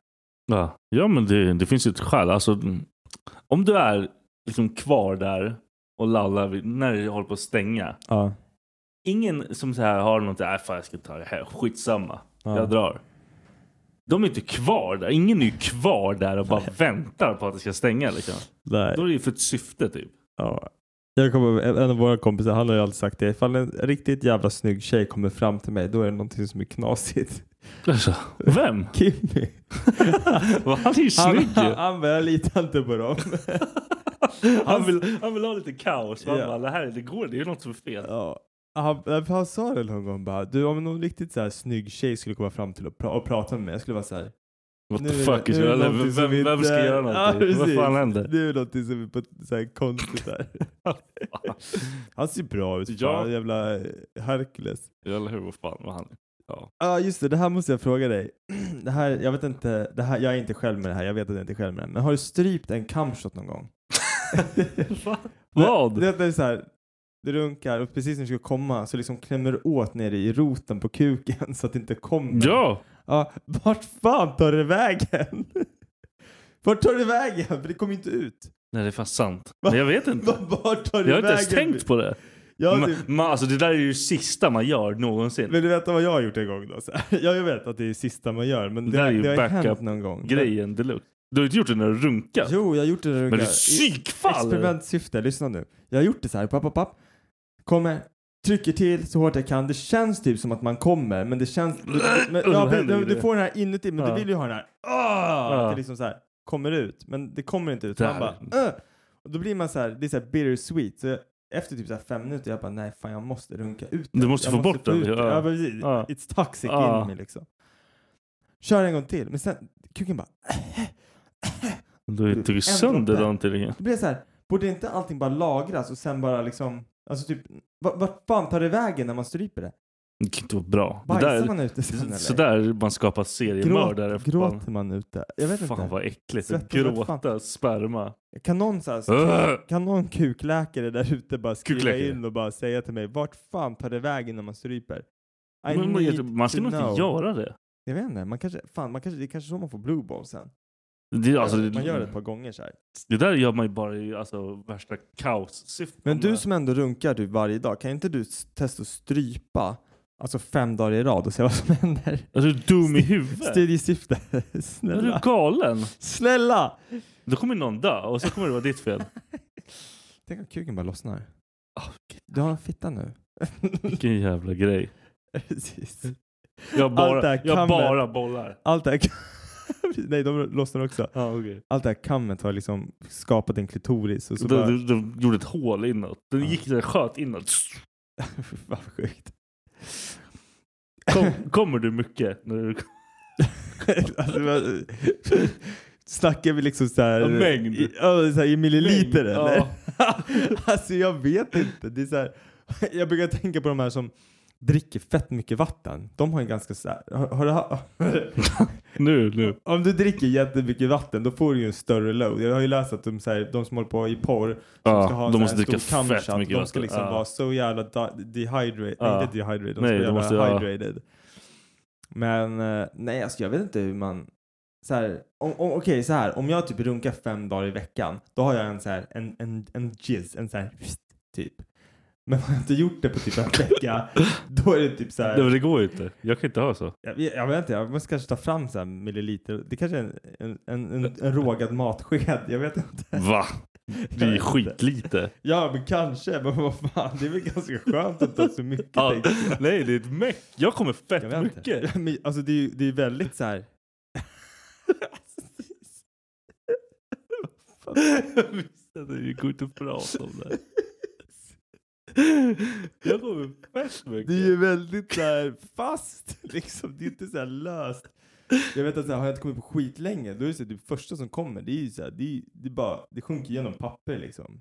Ja, ja men det, det finns ju ett skäl. Alltså, mm, om du är liksom kvar där och lallar vid, när det håller på att stänga.
Ja.
Ingen som så här har något, nej fan jag ska ta det här, skitsamma,
Ja.
jag drar. De är inte kvar där. Ingen är ju kvar där och bara väntar på att det ska stänga. Liksom.
Nej.
Då är det ju för ett syfte typ.
Ja. Jag kommer, en en av våra kompisar, han har ju alltid sagt det, ifall en riktigt jävla snygg tjej kommer fram till mig, då är det någonting som är knasigt.
Alltså, vem?
Kimmy.
Han är ju
han,
snygg
han,
ju.
han bara, jag litar inte på dem.
Han vill, han vill ha lite kaos. Man
Ja.
bara, det här det går, det är något som är fel.
ja. Han, för han sa det någon gång bara, du om någon riktigt så här snygg tjej skulle komma fram till och, pra- och prata med mig, jag skulle vara så här,
What
Nu
the
är det-
fuck is
nu är det
eller
någonting
vem,
som
vem,
inte-
ska göra någonting?
Ja,
Vad fan
precis.
händer?
Det är någonting som är på så här konstigt där. han ser bra ut.
Ja.
Ja. Jävla eh, Hercules.
Ja, Eller hur? Vad fan vad han är. Ja.
Ja just det, det här måste jag fråga dig. Det här, jag vet inte, det här, jag är inte själv med det här, jag vet att jag inte är själv med det. Men har du strypt en camshot någon gång?
Vad?
Det, det är så här, du runkar och precis när du ska komma så liksom klämmer du åt nere i roten på kuken så att det inte kommer.
Ja!
Ja, vart fan tar det vägen? Vart tar det vägen? För det kommer ju inte ut.
Nej det är fan sant. Men jag vet inte.
Vart- Vart tar det
Jag har inte
vägen?
ens tänkt på det.
Ja,
man,
typ.
man, alltså, det där är ju det sista man gör någonsin.
Men du vet vad jag har gjort en gång då? Så här. Ja, jag vet att det är det sista man gör, men
Det
det,
där
har-
är ju
det har ju
backup
hänt någon gång.
Grejen deluxe. Du har inte gjort det när du runkar.
Jo, jag har gjort det när
Men det är
I-
psykfall!
Experimentsyfte, lyssna nu. Jag har gjort det så här, papp, papp, papp. Kommer, trycker till så hårt jag kan. Det känns typ som att man kommer, men det känns... Du, men,
Och så
ja, men,
händer
du,
det.
du får den här inuti, men
Ja.
du vill ju ha den här... Ah! Att det liksom så här kommer ut, men det kommer inte ut.
Där.
Man bara... "Åh!" Och då blir man så här, det är så här bittersweet. Så jag, efter typ så här fem minuter, jag bara nej fan jag måste runka ut
Du
det.
måste
jag
få bort den,
ut
ja.
Ja, precis.
Ja.
It's toxic
Ja.
in me liksom. Kör en gång till, men sen kuken bara...
Du har ju tagit
En
sönder
droppe.
den till
Det blir så här, borde inte allting bara lagras och sen bara liksom, alltså typ, va- vart fan tar det vägen när man stryper det?
Det kan inte vara bra. Det
Bajsar
där,
man ute sen eller?
sådär man skapar seriemördare.
Gråt,
för fan.
gråter man ute? Jag vet
Fan
inte.
vad äckligt.
Svettas
Gråta,
som fan.
sperma.
Kan någon, så här,
Ugh.
kan någon kukläkare där ute bara skriva
Kukläkare.
in och bara säga till mig, vart fan tar det vägen när man stryper? I
Men man,
need
man ska
to
nog inte
know.
göra det.
Jag vet inte, man kanske, fan, man kanske, det är kanske så man får blue ball sen.
det, är alltså,
man gör det ett par gånger så här.
det där gör man ju bara i alltså, värsta kaos
Men du som ändå runkar typ varje dag, kan inte du s- testa att strypa Alltså fem dagar i rad och se vad som händer.
Är Alltså, du dum i huvudet?
Studiesyfte.
Är du
Snälla.
galen?
Snälla!
Då kommer någon dö och så kommer det vara ditt fel.
Tänk om kuken bara lossnar. Du har en fitta nu.
Vilken jävla grej.
Precis.
Jag
Allt det
bara,
här
jag
kan
bara
väl-
bollar.
Allt det här Nej, de lossnar också.
Ja, okej.
Allt det här kammet har liksom skapat en klitoris. Och så
de,
bara...
de, de gjorde ett hål inåt. Den gick där sköt inåt.
Vad sjukt.
Kom, kommer du mycket? När du,
alltså, vad- snackar vi liksom så här,
En mängd.
I, ja, så här, i milliliter
Mängd,
eller?
ja.
alltså jag vet inte. Det är så här, jag brukar tänka på de här som dricker fett mycket vatten. De har en ganska så här, har, har du, ha-
nu, nu.
om du dricker jättemycket vatten då får du ju en större load. Jag har ju läst att de, så här, de som håller på i porr som
Ja,
ska ha en
de
så här
måste dricka
stor
fett
kamshot,
mycket
De ska
vatten.
liksom
Ja.
vara så jävla di- dehydrated.
Ja.
Nej, inte dehydrated. De
Nej,
ska
de
vara
måste-
jävla
ja.
hydrated. Men eh, nej, alltså jag vet inte hur man så här, om, om, okej så här, om jag typ runkar fem dagar i veckan, då har jag en så här, en, en, en jizz, en så här, typ. Men har jag inte gjort det på typ en vecka, då är det typ så här.
Nej, men det går ju inte. Jag kan inte ha så.
Jag, vet- jag vet inte, jag måste kanske ta fram så här milliliter. Det kanske är en, en, en, en, en rågad matsked, jag vet inte.
Va? Det är ju skitlite.
Ja, men kanske, men vad fan, det är väl ganska skönt att ta så mycket.
Ja,
tänker jag.
nej, det är ett meck. Jag kommer fett
Jag vet inte.
mycket.
Men, alltså det är ju det är väldigt så här.
Jag visste att det går inte att prata om det. här. Jag kommer fett
Det är ju
mycket.
väldigt så här fast liksom. Det är inte så här löst. Jag vet att så här, har jag inte kommit på skit länge, då är det så här, det första som kommer, det är ju så här, det, är, det är bara, det sjunker igenom papper
Att
liksom.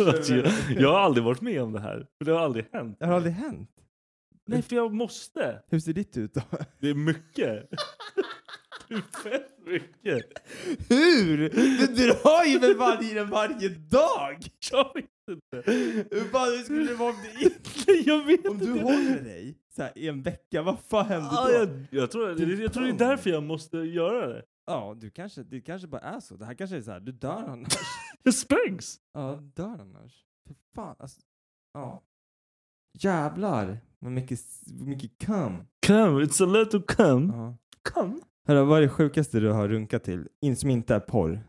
Alltså, Jag, jag har aldrig varit med om det här. För det har aldrig hänt.
Det har aldrig hänt.
Nej, för jag måste.
Hur ser ditt ut då?
Det är mycket. Det är fett mycket.
Hur? Du drar ju för fan i den varje dag!
Jag vet inte.
Hur fan hur skulle det vara om du inte...
Nej, Jag vet
Om du
inte.
håller dig så här, i en vecka, vad fan händer
Ja,
då?
jag, jag, tror, jag, jag tror det är därför jag måste göra det.
Ja, du kanske, det kanske bara är så. Det här kanske är så här, du dör annars.
Jag sprängs.
Ja, du dör annars. För fan, alltså. Ja. Jävlar vad mycket, mycket kam.
Come, it's a lot to come.
Ja.
Come.
Hörru, vad är det sjukaste du har runkat till? In, som inte är porr.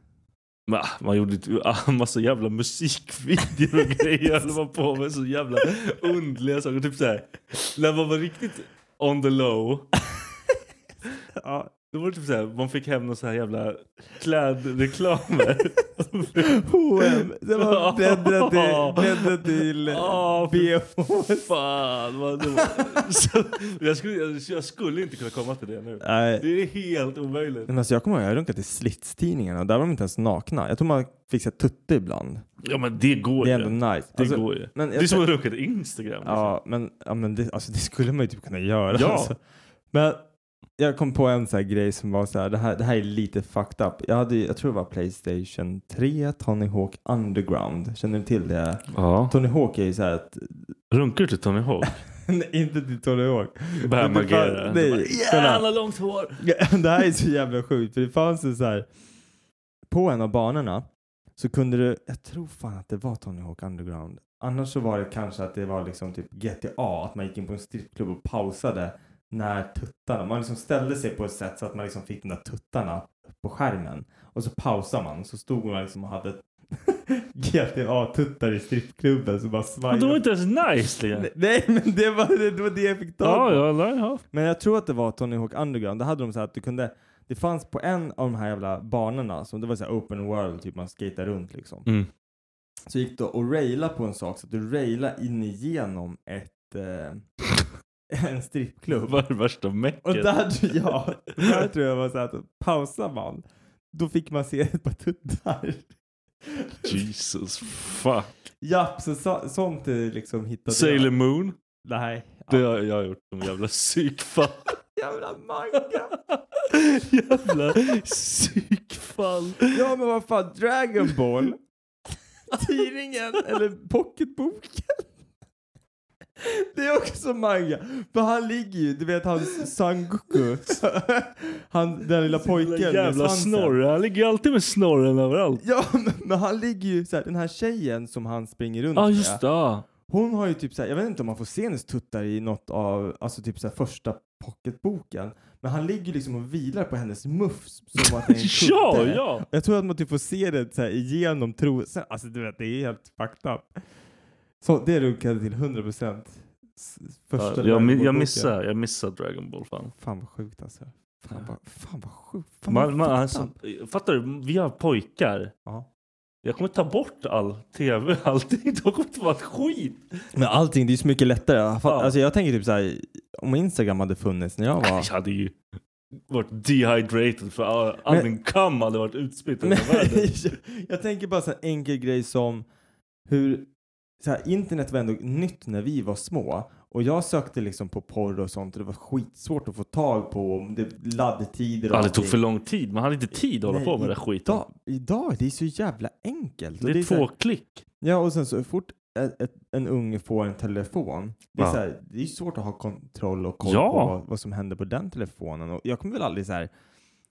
Men, ah, man gjorde ju ah, massa jävla musikvideor och grejer. Jag var på med så jävla underliga saker. Typ såhär, när man var riktigt on the low.
Ja.
Då var det typ såhär, man fick hem någon så här jävla klädreklamer.
H&M. Det var bläddra till, bläddra till
Ja, fy
BH.
Fan vad det var. Så, jag, skulle, jag, jag skulle inte kunna komma till det nu.
Nej.
Det är helt omöjligt.
Men alltså jag kommer ihåg, jag runkade i slitstidningarna och där var de inte ens nakna. Jag tror man fick se tutte ibland.
Ja men det går
Det är
ju.
ändå nice.
Det
Alltså,
går ju.
men jag
det är som
tän-
att runka till Instagram.
Ja, men, ja, men det, alltså, det skulle man ju typ kunna göra.
Ja.
Alltså. Men jag kom på en så här grej som var så här, det här, det här är lite fucked up. Jag, hade, ju- jag tror det var Playstation 3, Tony Hawk Underground. Känner du till det?
ja.
Tony Hawk är ju så här att,
Runkar du till Tony Hawk?
nej, inte till Tony Hawk. Men det
Bamagerar.
fann- nej, kolla.
Jävla långt hår!
det här är så jävla sjukt för det fanns en så här. På en av banorna så kunde du, jag tror fan att det var Tony Hawk Underground. Annars så var det kanske att det var liksom typ GTA, att man gick in på en strippklubb och pausade när tuttarna, man liksom ställde sig på ett sätt så att man liksom fick de där tuttarna på skärmen och så pausade man så stod man liksom och hade GTA-tuttar i strippklubben så bara
Men de var
svajade.
inte ens nice längre.
Nej men det var det, det, var det jag fick tag på.
Ja, ja, nej, ja.
Men jag tror att det var Tony Hawk Underground. Där hade de så här att du kunde, det fanns på en av de här jävla banorna, som det var så här open world, typ man skater runt liksom.
Mm.
Så gick det att raila på en sak, så att du raila in igenom ett, eh, en strippklubb.
Vad är det värsta
Och
mäcket?
där, tror jag, där tror jag var så här att pausar man, då fick man se ett par tuttar.
Jesus fuck.
Japp, så, så sånt eh, liksom hittade
Sailor
jag.
Moon.
Nej.
Det har jag gjort som jävla psykfall.
Jävla manga!
jävla psykfall.
Ja men vad fan, Dragon Ball? Tidningen eller pocketboken? Det är också manga. För han ligger ju, du vet hans Sangoku. Han, den lilla pojken
Jävla,
med
jävla
svansen.
snorre. Han ligger ju alltid med snorren överallt.
Ja men, men han ligger ju såhär, den här tjejen som han springer runt
Ja ah, just det. Ja.
Hon har ju typ såhär, jag vet inte om man får se hennes tuttar i något av, alltså typ såhär första pocketboken. Men han ligger ju liksom och vilar på hennes muffs som att det är en tutte.
Ja, ja.
Jag tror att man typ får se det såhär igenom trosen. Alltså du vet, det är helt fucked up. Så det runkade till 100 procent.
Ja, jag, mi- jag missar, jag missar Dragon Ball fan.
Fan vad sjukt alltså. Fan vad, fan vad sjukt. Fan vad
Man, man,
fucked
alltså,
up.
fattar du? Vi har pojkar. Jag kommer ta bort all tv, allting. Det kommer inte vara ett skit.
Men allting, det är ju så mycket lättare. Fa- Alltså jag tänker typ såhär, om Instagram hade funnits när jag var...
Jag hade ju varit dehydrated för all, all
Men-
min kam hade varit utspritt över
Men-
världen.
jag tänker bara så här enkel grej som hur så här, internet var ändå nytt när vi var små och jag sökte liksom på porr och sånt och det var skitsvårt att få tag på om det laddtider och
Ja, det tog
allting.
för lång tid. Man hade inte tid att hålla
Nej,
på med den skiten.
Idag, idag, det är så jävla enkelt.
Det
Och
är
så
två
här-
klick.
Ja, och sen så fort ett, ett, en unge får en telefon, det är,
Ja.
så här, det är svårt att ha kontroll och koll
Ja.
på vad, vad som händer på den telefonen. Och jag kommer väl aldrig så här,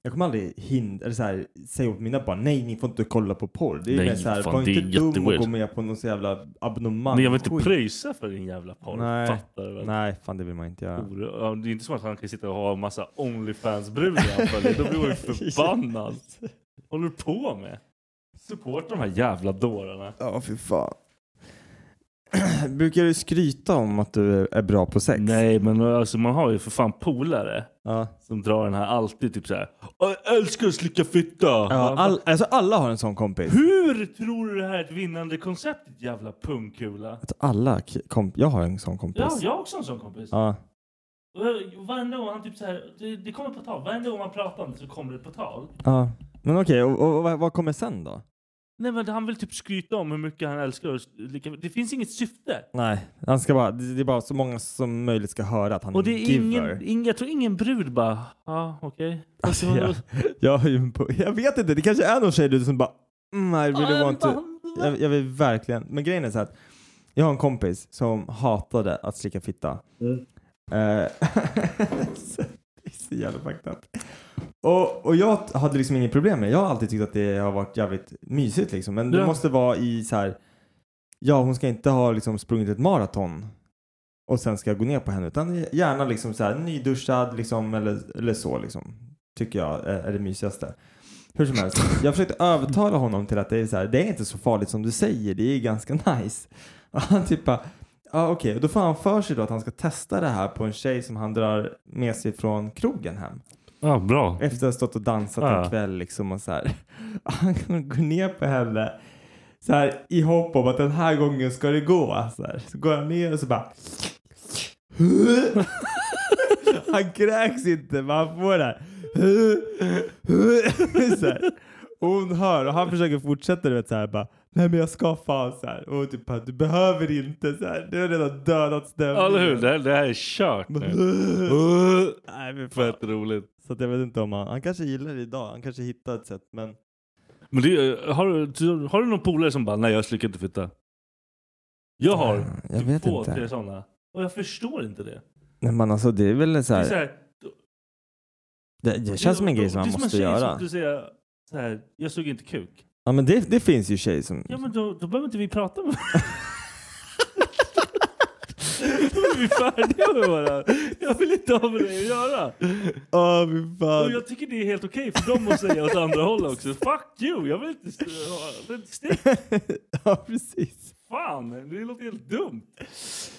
jag kommer aldrig hind- eller så här, säga åt mina barn, nej ni får inte kolla på porr. Det är
Nej,
mer så här,
fan,
var
det är
inte dum och
jätteweird.
gå med på någon så jävla abonnemang.
Men jag vill inte
Skit.
pröjsa för din jävla porr.
Nej.
Fattar du väl?
Nej, fan det vill man inte göra.
Or- ja, Det är inte som att han kan sitta och ha en massa Onlyfans-brudar han följer. Då blir man ju förbannad. håller du på med? Supporta de här jävla dårarna.
Ja, fy fan. Brukar du skryta om att du är bra på sex?
Nej, men alltså, man har ju för fan polare
Ja.
som drar den här alltid typ så här. "Åh, Jag älskar att slicka fitta. Man
Ja,
bara,
all, alltså alla har en sån kompis.
Hur tror du det här är ett vinnande koncept, ditt jävla pungkula?
Att Alla, k- komp- jag har en sån kompis.
Ja, jag har också en sån kompis.
Ja.
Och Varenda gång han typ så här, det, det kommer på tal. Varenda gång man pratar om det så kommer det på tal.
Ja, men okej, och, och, vad- vad kommer sen då?
Nej men han vill typ skryta om hur mycket han älskar att slicka fitta. Det finns inget syfte.
Nej, han ska bara, det det är bara så många som möjligt ska höra att han
Och det är
giver.
ingen, ingen, jag tror ingen brud bara, ja okej.
Alltså,
Fast det var-
jag, jag, har ju en po- jag vet inte, det kanske är någon tjej du som bara mm, I really
Ja,
want to. Jag, jag vill verkligen, men grejen är så att jag har en kompis som hatade att slicka fitta. Eh, så- det är så jävla fucked up. Och, och jag hade liksom inget problem med det. Jag har alltid tyckt att det har varit jävligt mysigt liksom. Men det
Ja.
måste vara i så här. Ja, hon ska inte ha liksom sprungit ett maraton. Och sen ska jag gå ner på henne. Utan gärna liksom så här nyduschad liksom eller, eller så liksom. Tycker jag är är det mysigaste. Hur som helst. Jag försökte övertala honom till att det är så här. Det är inte så farligt som du säger. Det är ganska nice. Och han typ bara. Ja okej, och då får han för sig då att han ska testa det här på en tjej som han drar med sig från krogen hem.
Ja bra.
Efter att ha stått och dansat
Ja.
en kväll liksom och så här. Han går ner på henne så här i hopp om att den här gången ska det gå. Så, här. så går han ner och så bara. Han kräks inte men han får det här. så här. Och hon hör och han försöker fortsätta du vet så här bara. Nej men jag ska fan så här. Och hon typ bara, du behöver inte så här. Du har redan dödat stämningen.
Ja eller hur, det här, det här är kört nu.
Nej, men fan.
Fett roligt.
Så att jag vet inte om han, han kanske gillar det idag, han kanske hittar ett sätt men
Men det, är- har, du- har du någon polare som bara, nej jag slickar inte fitta? Jag har
Jag
typ
vet
två,
inte.
tre sådana. Och jag förstår inte det.
Nej men alltså det är väl så
Det,
här,
är
det,
så här,
det, känns som en grej som
det
man
är
måste
en tjej
göra.
Som skulle säga, så här, jag suger inte kuk.
Ja men det, det finns ju tjejer som...
Ja men då, då behöver inte vi prata med Då är vi färdiga med varandra. Jag vill inte ha med dig att göra.
Åh fy
Och
fan.
jag tycker det är helt okej för dem att säga åt andra hållet också. Fuck you! Jag vill inte... st- jag vill inte st-
ja precis.
Fan, det låter helt dumt.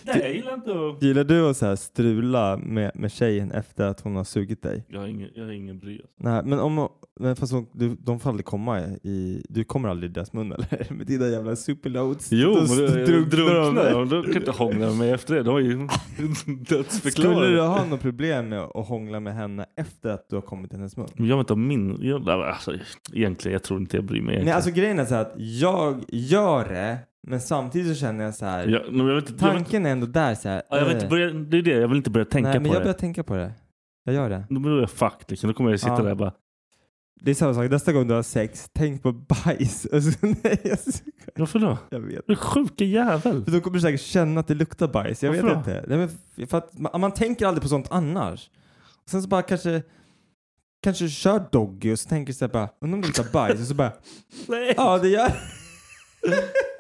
Nej, jag gillar inte att...
Gillar du att så här strula med, med tjejen efter att hon har sugit dig?
Jag har ingen, jag har ingen bry. alltså.
Nej men om... Men fast hon, du, de får aldrig komma i... Du kommer aldrig i deras mun eller? Med dina jävla superloads.
Jo,
Då
men
st-
jag drunknar och då kan jag inte hångla med mig efter det. De har ju dödsförklarat.
Skulle du ha något problem med att hångla med henne efter att du har kommit i hennes mun?
Men Jag vet inte om min... Jag, alltså, egentligen, jag tror inte jag bryr mig.
Nej,
egentligen.
alltså grejen är så här att jag gör det, men samtidigt så känner jag så här.
jag, men jag vet inte, jag vet inte,
tanken är ändå där så här.
ja, jag vill
eh,
inte börja, det är det, jag vill inte börja tänka
nej, men
på
jag
det. Mm.
börjar tänka på det. Jag gör det.
Då blir jag fucked liksom. Då kommer jag sitta
Ja.
där och bara...
Det är samma sak. Nästa gång du har sex, tänk på bajs. Alltså, nej, jag, skojar.
Varför då?
jag vet.
Du sjuka jävel.
För då kommer du säkert känna att det luktar bajs. Jag vet
Varför då?
inte. Nej, men f- för att man, man tänker aldrig på sånt annars. Sen så bara kanske, kanske du kör Doggy och så tänker du så här bara, undrar om det luktar bajs? Och så bara,
Nej.
ja det gör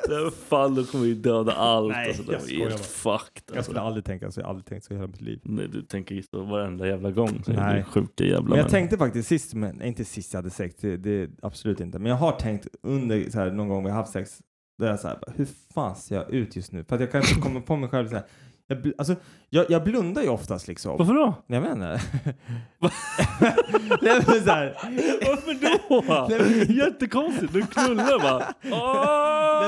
Den faller kommer ju döda allt.
Nej,
alltså,
jag
det är
skojar
helt
bara.
fucked. alltså.
Jag skulle aldrig tänka så. Jag har aldrig tänkt så i hela mitt liv.
Nej, du tänker ju så varenda jävla gång. Så Nej.
Nej.
Du sjuka jävla
Men jag
människa.
tänkte faktiskt sist, men nej, inte sist jag hade sex, det, det, absolut inte. Men jag har tänkt under så här, någon gång vi har haft sex, där jag så här, hur fan ser jag ut just nu? För att jag kan inte komma på mig själv så här. Jag, bl- alltså, jag, jag blundar ju oftast liksom.
Varför då?
Jag vet inte. Nej, men så här,
Varför då? Jättekonstigt. Du knullar va? Ah!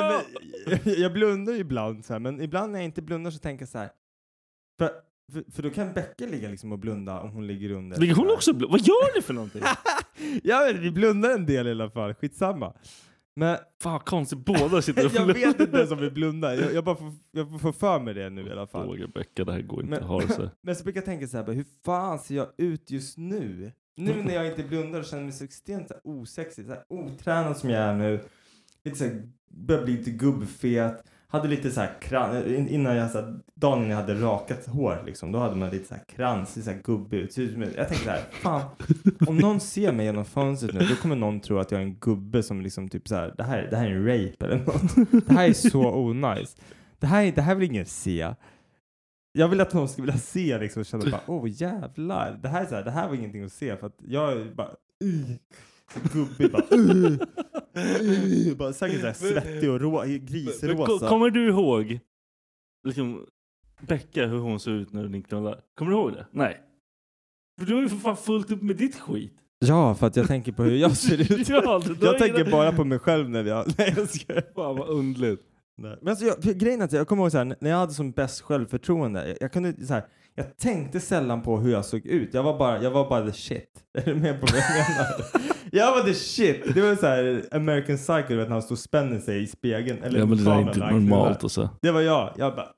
Nej, men, jag blundar ju ibland så här, men ibland när jag inte blundar så tänker jag så här. För, för, för då kan Becka ligga liksom och blunda om hon ligger under.
Ligger hon också blå? Vad gör du för någonting?
Ja, men vi blundar en del i alla fall. Skitsamma. Men...
Fan vad konstigt, båda sitter och
jag
blundar.
vet inte ens om vi blundar. Jag, jag bara får, jag får för mig det nu i alla fall.
Fråga Becka, det här går inte
Men,
att ha det så. här.
men så brukar jag tänka så här, bara, hur fan ser jag ut just nu? Nu när jag inte blundar och känner mig så extremt så här, osexig, så här, otränad som jag är nu. Lite så här, börjar bli lite gubbfet. Hade lite så här krans, innan jag, så här, dagen innan jag hade rakat hår liksom, då hade man lite så här kransig, så här gubbig ut. Så ut som- Jag tänkte så här, fan, om någon ser mig genom fönstret nu, då kommer någon tro att jag är en gubbe som liksom typ så här, det här, det här är en rape eller något. Det här är så onajs. Det här, är- det här vill ingen se. Jag vill att någon ska vilja se liksom och känna bara, åh oh, jävlar. Det här, är så här, det här var ingenting att se för att jag är bara, "Ugh." Så gubbig bara, "Ugh." Ugh. bara säkert så här svettig och rå,
Men ko-
grisrosa.
Kommer du ihåg liksom, Becka, hur hon såg ut när ni knullade? Kommer du ihåg det? Nej. För du har ju för fan fullt upp med ditt skit.
Ja, för att jag tänker på hur jag ser ut.
Ja, det-
jag tänker bara på mig själv när jag... Nej, jag skojar.
Fan vad underligt.
Nej. Men alltså, jag, för grejen är att jag kommer ihåg så här, när jag hade som bäst självförtroende, jag, jag kunde så här, jag tänkte sällan på hur jag såg ut. Jag var bara, jag var bara the shit. Är du med på vad jag menar? jag var the shit. Det var så här American Psycho, du vet när han står och spänner sig i spegeln. Eller
Ja, men det där är inte
kameran, liksom.
normalt och så.
Det var jag. Jag bara,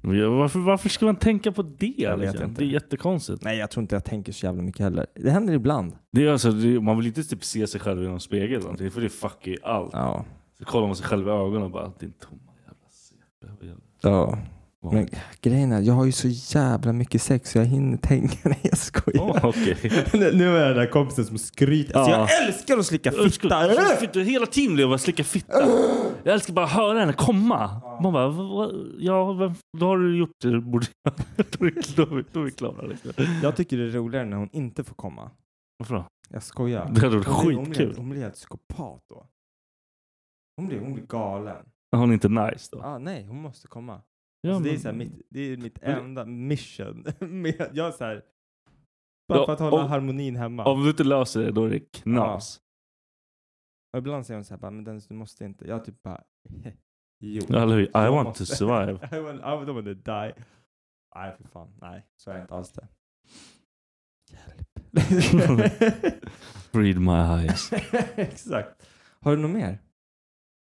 Men jag- Varför, varför ska man tänka på det?
Jag vet
liksom?
inte.
Det är jättekonstigt.
nej jag tror inte jag tänker så jävla mycket heller. Det händer ibland.
Det är alltså, det, man vill inte typ se sig själv i någon spegel. eller någonting, För det fuckar ju allt.
Ja.
Så kollar man sig själv i ögonen och bara, din tomma jävla CP. Jävla-
Ja.
Wow.
Men grejen är, jag har ju så jävla mycket sex så jag hinner tänka. Nej jag skojar.
Åh, okej.
Nu- nu är jag den där kompisen som skryter. Alltså
Ja.
jag älskar att slicka
Jag
fitta.
älskar- jag älskar fitta. Hela tiden blev jag bara slicka fitta. Jag älskar bara att höra henne komma. Man bara, "Va- va- ja, vem- då har du gjort det du borde göra. Då är vi- Då är vi- då är vi klara. Liksom.
Jag tycker det är roligare när hon inte får komma.
Varför då?
Jag skojar.
Det hade varit
Hon blir- hon blir-
skitkul.
Hon blir helt psykopat då. Hon blir, hon blir galen.
Hon är inte nice då.
Ah, nej, hon måste komma.
Ja,
alltså, det, är
men-
så här, mitt, det är mitt
Men-
enda mission. med, jag är så här, bara
Ja,
för att hålla
om-
harmonin hemma.
Om du inte löser det, då är det knas.
Och ibland säger hon så här, bara, men Dennis du måste inte. Jag typ bara, jo.
Ja, eller hur? I
Jag
want to survive.
I want, I want to die. Nej, för fan. Nej, så är jag inte alls det. Hjälp.
Read my eyes.
Exakt. Har du något mer?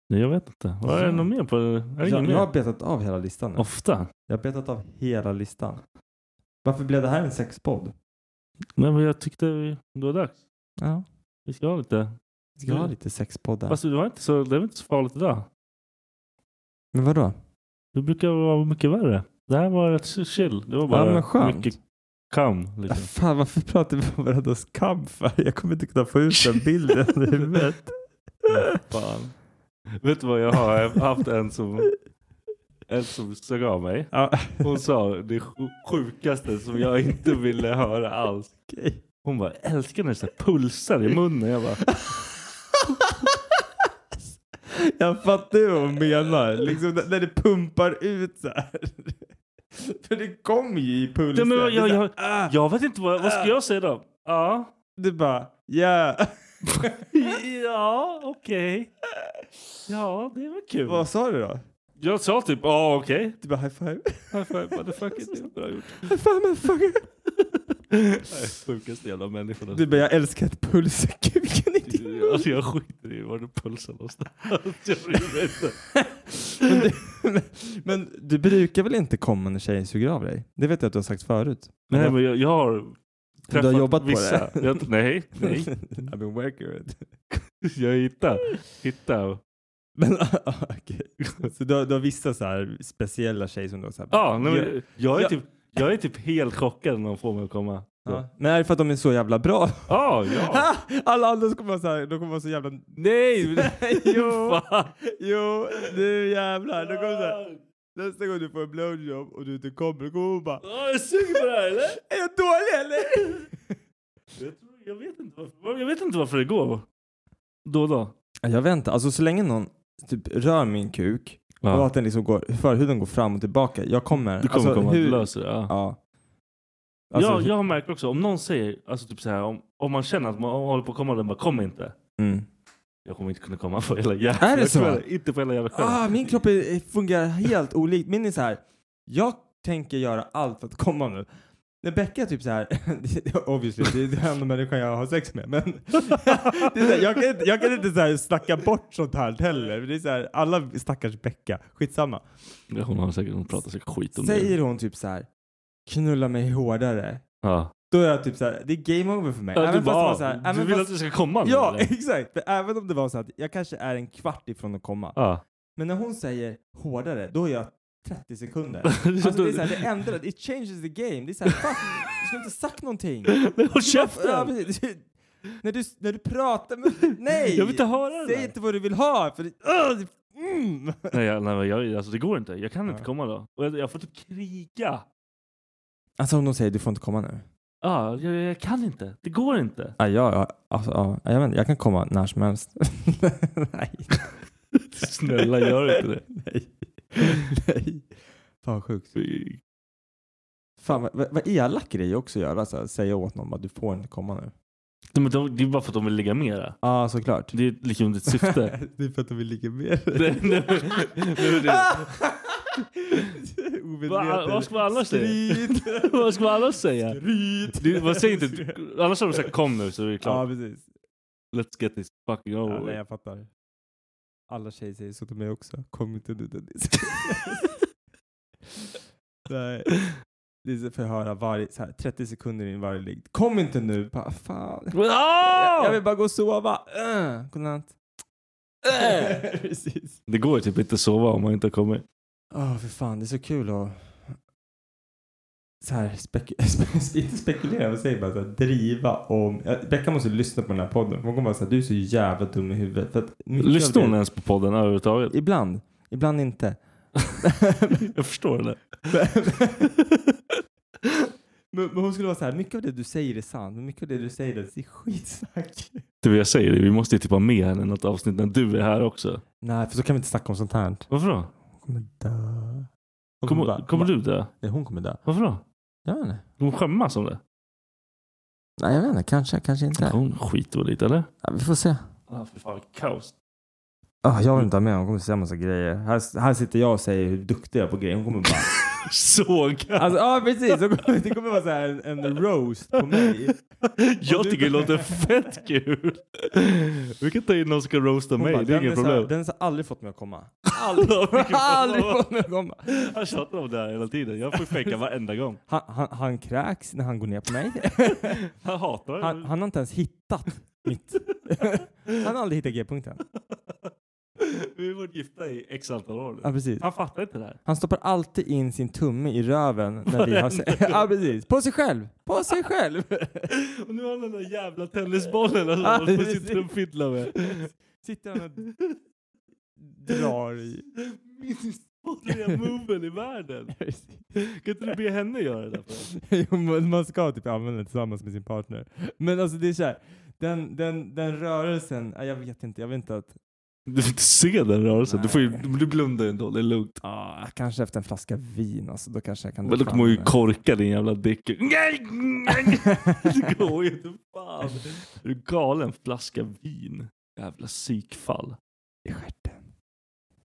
Nej, jag vet inte. Vad är det
Ja.
något mer på det? Är det
jag,
inget
jag har
mer?
betat av hela listan nu.
Ofta?
Jag har betat av hela listan. Varför blev det här en sexpodd?
Nej, men jag tyckte vi- det var dags.
Ja.
Vi ska ha lite.
Ska jag ha lite sexpoddar?
Alltså, det var inte så, det var inte så farligt idag.
Men vadå?
Det brukar vara mycket värre. Det här var rätt chill. Det var
Ja, men
bara
skönt.
mycket kam.
Ja,
Liksom.
Fan, varför pratar vi om varandras kamfer? Jag kommer inte kunna få ut den bilden i huvudet.
Fan. Vet du vad jag har? Jag har haft en som, en som sög av mig.
Ja,
Hon sa det sj- sjukaste som jag inte ville höra alls.
okej.
Hon bara, "Jag älskar när det så här pulsar i munnen. Jag bara,
Jag fattar ju vad hon menar. Liksom när när det pumpar ut så här. För det kommer ju i pulsen.
ja, men jag,
Det är
jag,
så här,
jag,
ah,
jag vet inte, vad, vad ska jag säga då? Ja,
Du bara, yeah.
ja okej. Ja, det var kul.
Vad sa du då?
Jag sa typ, ja okej.
Du bara high five.
High five, motherfucker. Det var bra gjort.
High five, motherfucker.
Sjukaste jävla människorna.
Du bara, jag älskar att pulsa kuken i din mun.
Alltså jag skiter i var du pulsar någonstans. Jag bryr mig inte.
Men du, men, men du brukar väl inte komma när tjejer suger av dig? Det vet jag att du har sagt förut.
Nej men jag, jag har
du
träffat
har jobbat på
vissa.
det?
Jag, nej, nej.
I've been working with it.
Jag hittar. hittar.
Men ah, okej. Så du har, du har vissa så här speciella tjejer som du har så här,
Ja, nej, men, jag, är
Ja.
typ, jag är typ helt chockad när någon får mig att komma.
Ja. Men är det för att de är så jävla bra?
Oh, ja.
Alla andra kommer vara så här, de kommer vara så jävla...
Nej!
jo, jo, nu jävlar. De kommer så här, nästa gång du får en blowjob och du inte kommer, då kommer hon bara...
Oh, jag suger på det här eller?
Är jag dålig eller?
jag, tror, jag, vet inte varför, jag vet inte varför det går. Då och då.
Jag vet inte. Alltså så länge någon typ rör min kuk
Ja.
och att den liksom går, förhuden går fram och tillbaka. Jag kommer.
Du kommer
alltså,
komma
hur-
att lösa det. Ja.
Ja. Alltså,
jag,
hur-
jag märker också, om någon säger, alltså typ så här, om, om man känner att man håller på att komma, den bara kom inte.
Mm.
Jag kommer inte kunna komma på hela jävla
Är det så?
kvällen. Inte på hela jävla kvällen.
Ah, min kropp är, fungerar helt olikt. Min är så här. Jag tänker göra allt för att komma nu. När Becka är typ så här, det är obviously, det är den enda människan jag har sex med, men det är så här, jag, kan inte, jag kan inte så här snacka bort sånt här heller. Det är så här, alla stackars Becka, skitsamma.
Ja, Hon har säkert, hon pratar säkert skit om det.
Säger hon typ så här, knulla mig hårdare,
Ja.
då är jag typ så här, det är game over för mig.
Ja, du
Även fast
bara,
det var så här,
du
även
vill
fast-
att det ska komma nu,
Ja,
eller?
exakt. För även om det var så att jag kanske är en kvart ifrån att komma.
Ja.
Men när hon säger hårdare, då är jag 30 sekunder. Alltså det är så här, det ändrar, it changes the game. Det är så här, fuck, du skulle inte sagt någonting.
Men håll
Ja,
käften!
precis. när, du, när du pratar med nej!
Jag vill inte höra det
Säg
där.
inte vad du vill ha, för det, Ugh, det- mm.
Nej, jag, nej jag, alltså, det går inte. Jag kan inte komma då. Och jag, jag får typ kriga.
Alltså om de säger du får inte komma nu.
Ja, jag, jag kan inte. Det går inte.
Ah, ja, ja, alltså, ja, jag, vet, inte, jag kan komma när som helst. nej.
Snälla, gör inte det.
Nej. Nej. Fan sjukt.
Fy.
Fan vad, vad- vad elak grej också att göra. Så här, säga åt någon att du får inte komma nu.
De, de, det är bara för att de vill ligga mera.
Ja, ah, såklart.
Det är liksom ditt syfte.
det är för att de vill ligga med
Det- det- det- Vad- vad ska man annars säga?
Skryt.
Vad ska man annars säga?
Skryt.
Du, man säger inte... Annars har de sagt kom nu så är det
Ja,
klart.
precis.
Let's get this fucking
Ja,
over.
nej, jag fattar. Alla tjejer säger så till mig också. Kom inte nu Dennis. nej. Det är så- får jag höra varje, så här, 30 sekunder in varje ligg. Kom inte nu! Bara, fan.
Ah!
Jag, jag vill bara gå och sova. Uh, godnatt.
Äh.
Precis.
Det går ju typ inte att sova om man inte har kommit.
Åh, för fan. Det är så kul att så här, spek- spe- inte spekulera, vad säger man? Så här, driva om. Ja, Becka måste lyssna på den här podden. Hon kommer bara säga du är så jävla dum i huvudet. För att mycket av
Lyssnar hon
det-
ens på podden överhuvudtaget?
Ibland. Ibland inte.
Jag förstår det.
men, men hon skulle vara så här, mycket av det du säger är sant, men mycket av det du säger är skitsnack.
Det vill jag säger, vi måste ju typ ha med henne i något avsnitt när du är här också.
Nej, för så kan vi inte snacka om sånt här.
Varför då?
Hon kommer dö. Hon bara-
Kommer, kommer du dö?
Nej, hon kommer dö.
Varför då?
Jag vet inte.
Hon skämmas om det?
Nej, jag vet inte. Kanske, kanske inte.
Hon skiter väl lite eller?
Ja, vi får se.
Ah, för fan, kaos.
Ah, jag vill inte ha med. Hon kommer säga massa grejer. Här, här sitter jag och säger hur duktig jag är på grejer. Hon kommer bara...
Såg
alltså, ja, precis. Hon kommer, det kommer vara så här en, en roast på mig.
Jag
Och du-
tycker det låter fett kul. Vi kan ta in någon som ska roasta
Hon
mig,
bara,
det är inget
den så här-
problem.
Den har aldrig fått mig att komma.
Aldrig,
aldrig fått mig att komma.
Han tjatar om det här hela tiden. Jag får fejka varenda gång.
Han, han, han kräks när han går ner på mig.
Han hatar
Han,
det.
han har inte ens hittat mitt. Han har aldrig hittat g-punkten.
Vi har varit gifta i x antal år
Ja,
nu.
precis.
Han fattar inte det här.
Han stoppar alltid in sin tumme i röven när vi har se- Ja, precis. På sig själv. På sig själv.
Och nu har han den där jävla tennisbollen som
Ja,
han håller på
precis.
sitter och fiddlar med.
Sitter han och drar i.
Minst dåliga moven i världen. Kan inte du be henne göra det? Där för?
Jo, men Man ska typ använda det tillsammans med sin partner. Men alltså det är så här. Den, den, den rörelsen, ja, jag vet inte, jag vet inte att...
Du får inte se den rörelsen. Du, får ju,
Nej.
du blundar ändå, det är lugnt.
Ah, kanske efter en flaska vin alltså, då kanske jag kan...
Men då
dra
kommer hon ju
fram
korka din jävla dick. Nej! nej. Det går ju inte. Fan. Är du galen? Flaska vin. Jävla psykfall.
den I stjärten.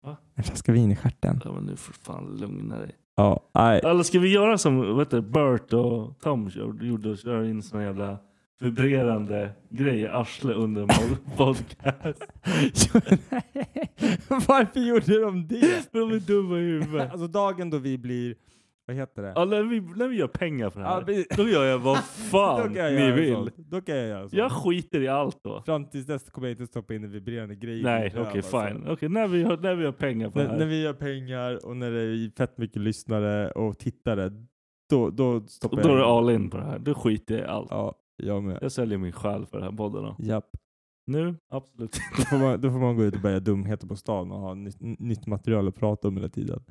Va?
En flaska vin i stjärten.
Ja, men nu får du fan lugna dig.
Ja, nej.
Eller ska vi göra som vad heter, det, Bert och Tom kör- gjorde och köra in såna jävla vibrerande grejer i arslet under en pod- podcast?
Varför gjorde de det?
För de är dumma i huvudet.
Alltså dagen då vi blir, vad heter det?
Ja, när, vi, när vi gör pengar för det
Ja,
här,
precis.
då gör jag vad
Då
fan
kan jag
ni
göra
vill.
sånt. Då kan jag göra så.
Jag skiter i allt då.
Fram tills dess kommer jag inte stoppa in en vibrerande grej. i
Nej,
min röv,
okej
alltså.
fine. Okej, när, vi, har- när vi har pengar på det
När, när
här.
vi gör pengar och när det är fett mycket lyssnare och tittare, Då, då stoppar
Då är
jag
det all in på det här. Då skiter jag i allt.
Ja, jag med.
Jag säljer min själ för den här podden. Då.
Japp.
Nu? Absolut
Då
inte.
får, man, då får man gå ut och börja dumheter på stan och ha nytt, nytt material att prata om hela tiden.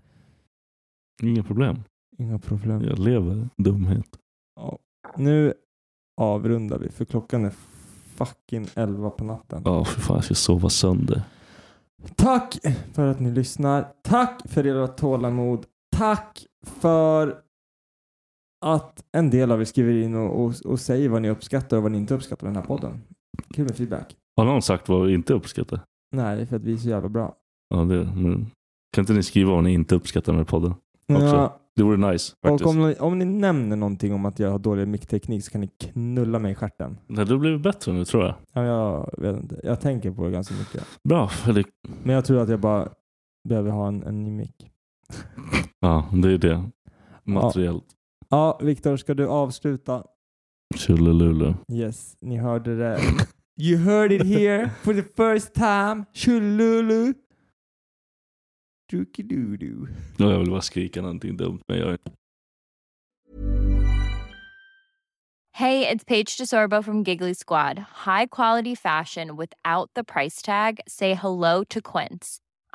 Inga problem.
Inga problem.
Jag lever dumhet.
Ja. Nu avrundar vi för klockan är fucking 11 på natten.
Ja, för fan jag ska sova sönder.
Tack för att ni lyssnar. Tack för era tålamod. Tack för att en del av er skriver in och, och, och säger vad ni uppskattar och vad ni inte uppskattar med den här podden. Kul med feedback.
Har någon sagt vad vi inte uppskattar?
Nej, det är för att vi är så jävla bra.
Ja, det, men, kan inte ni skriva vad ni inte uppskattar med podden? Också.
Ja,
Det vore nice faktiskt.
och om, ni- om ni nämner någonting om att jag har dålig mickteknik så kan ni knulla mig i stjärten.
Nej, det blir bättre nu tror jag.
Ja, jag vet inte. Jag tänker på det ganska mycket.
Bra. För det,
Men jag tror att jag bara behöver ha en, en ny mick.
ja, det är det. Materiellt.
Ja, Viktor, ska du avsluta?
Tjolilulu.
Yes, ni hörde det. You heard it here for the first time. Tjolulu. Dookidoodoo.
Ja, Jag vill bara skrika någonting dumt, men jag
Hey, it's Paige DeSorbo from Giggly Squad. High quality fashion without the price tag. Say hello to Quince.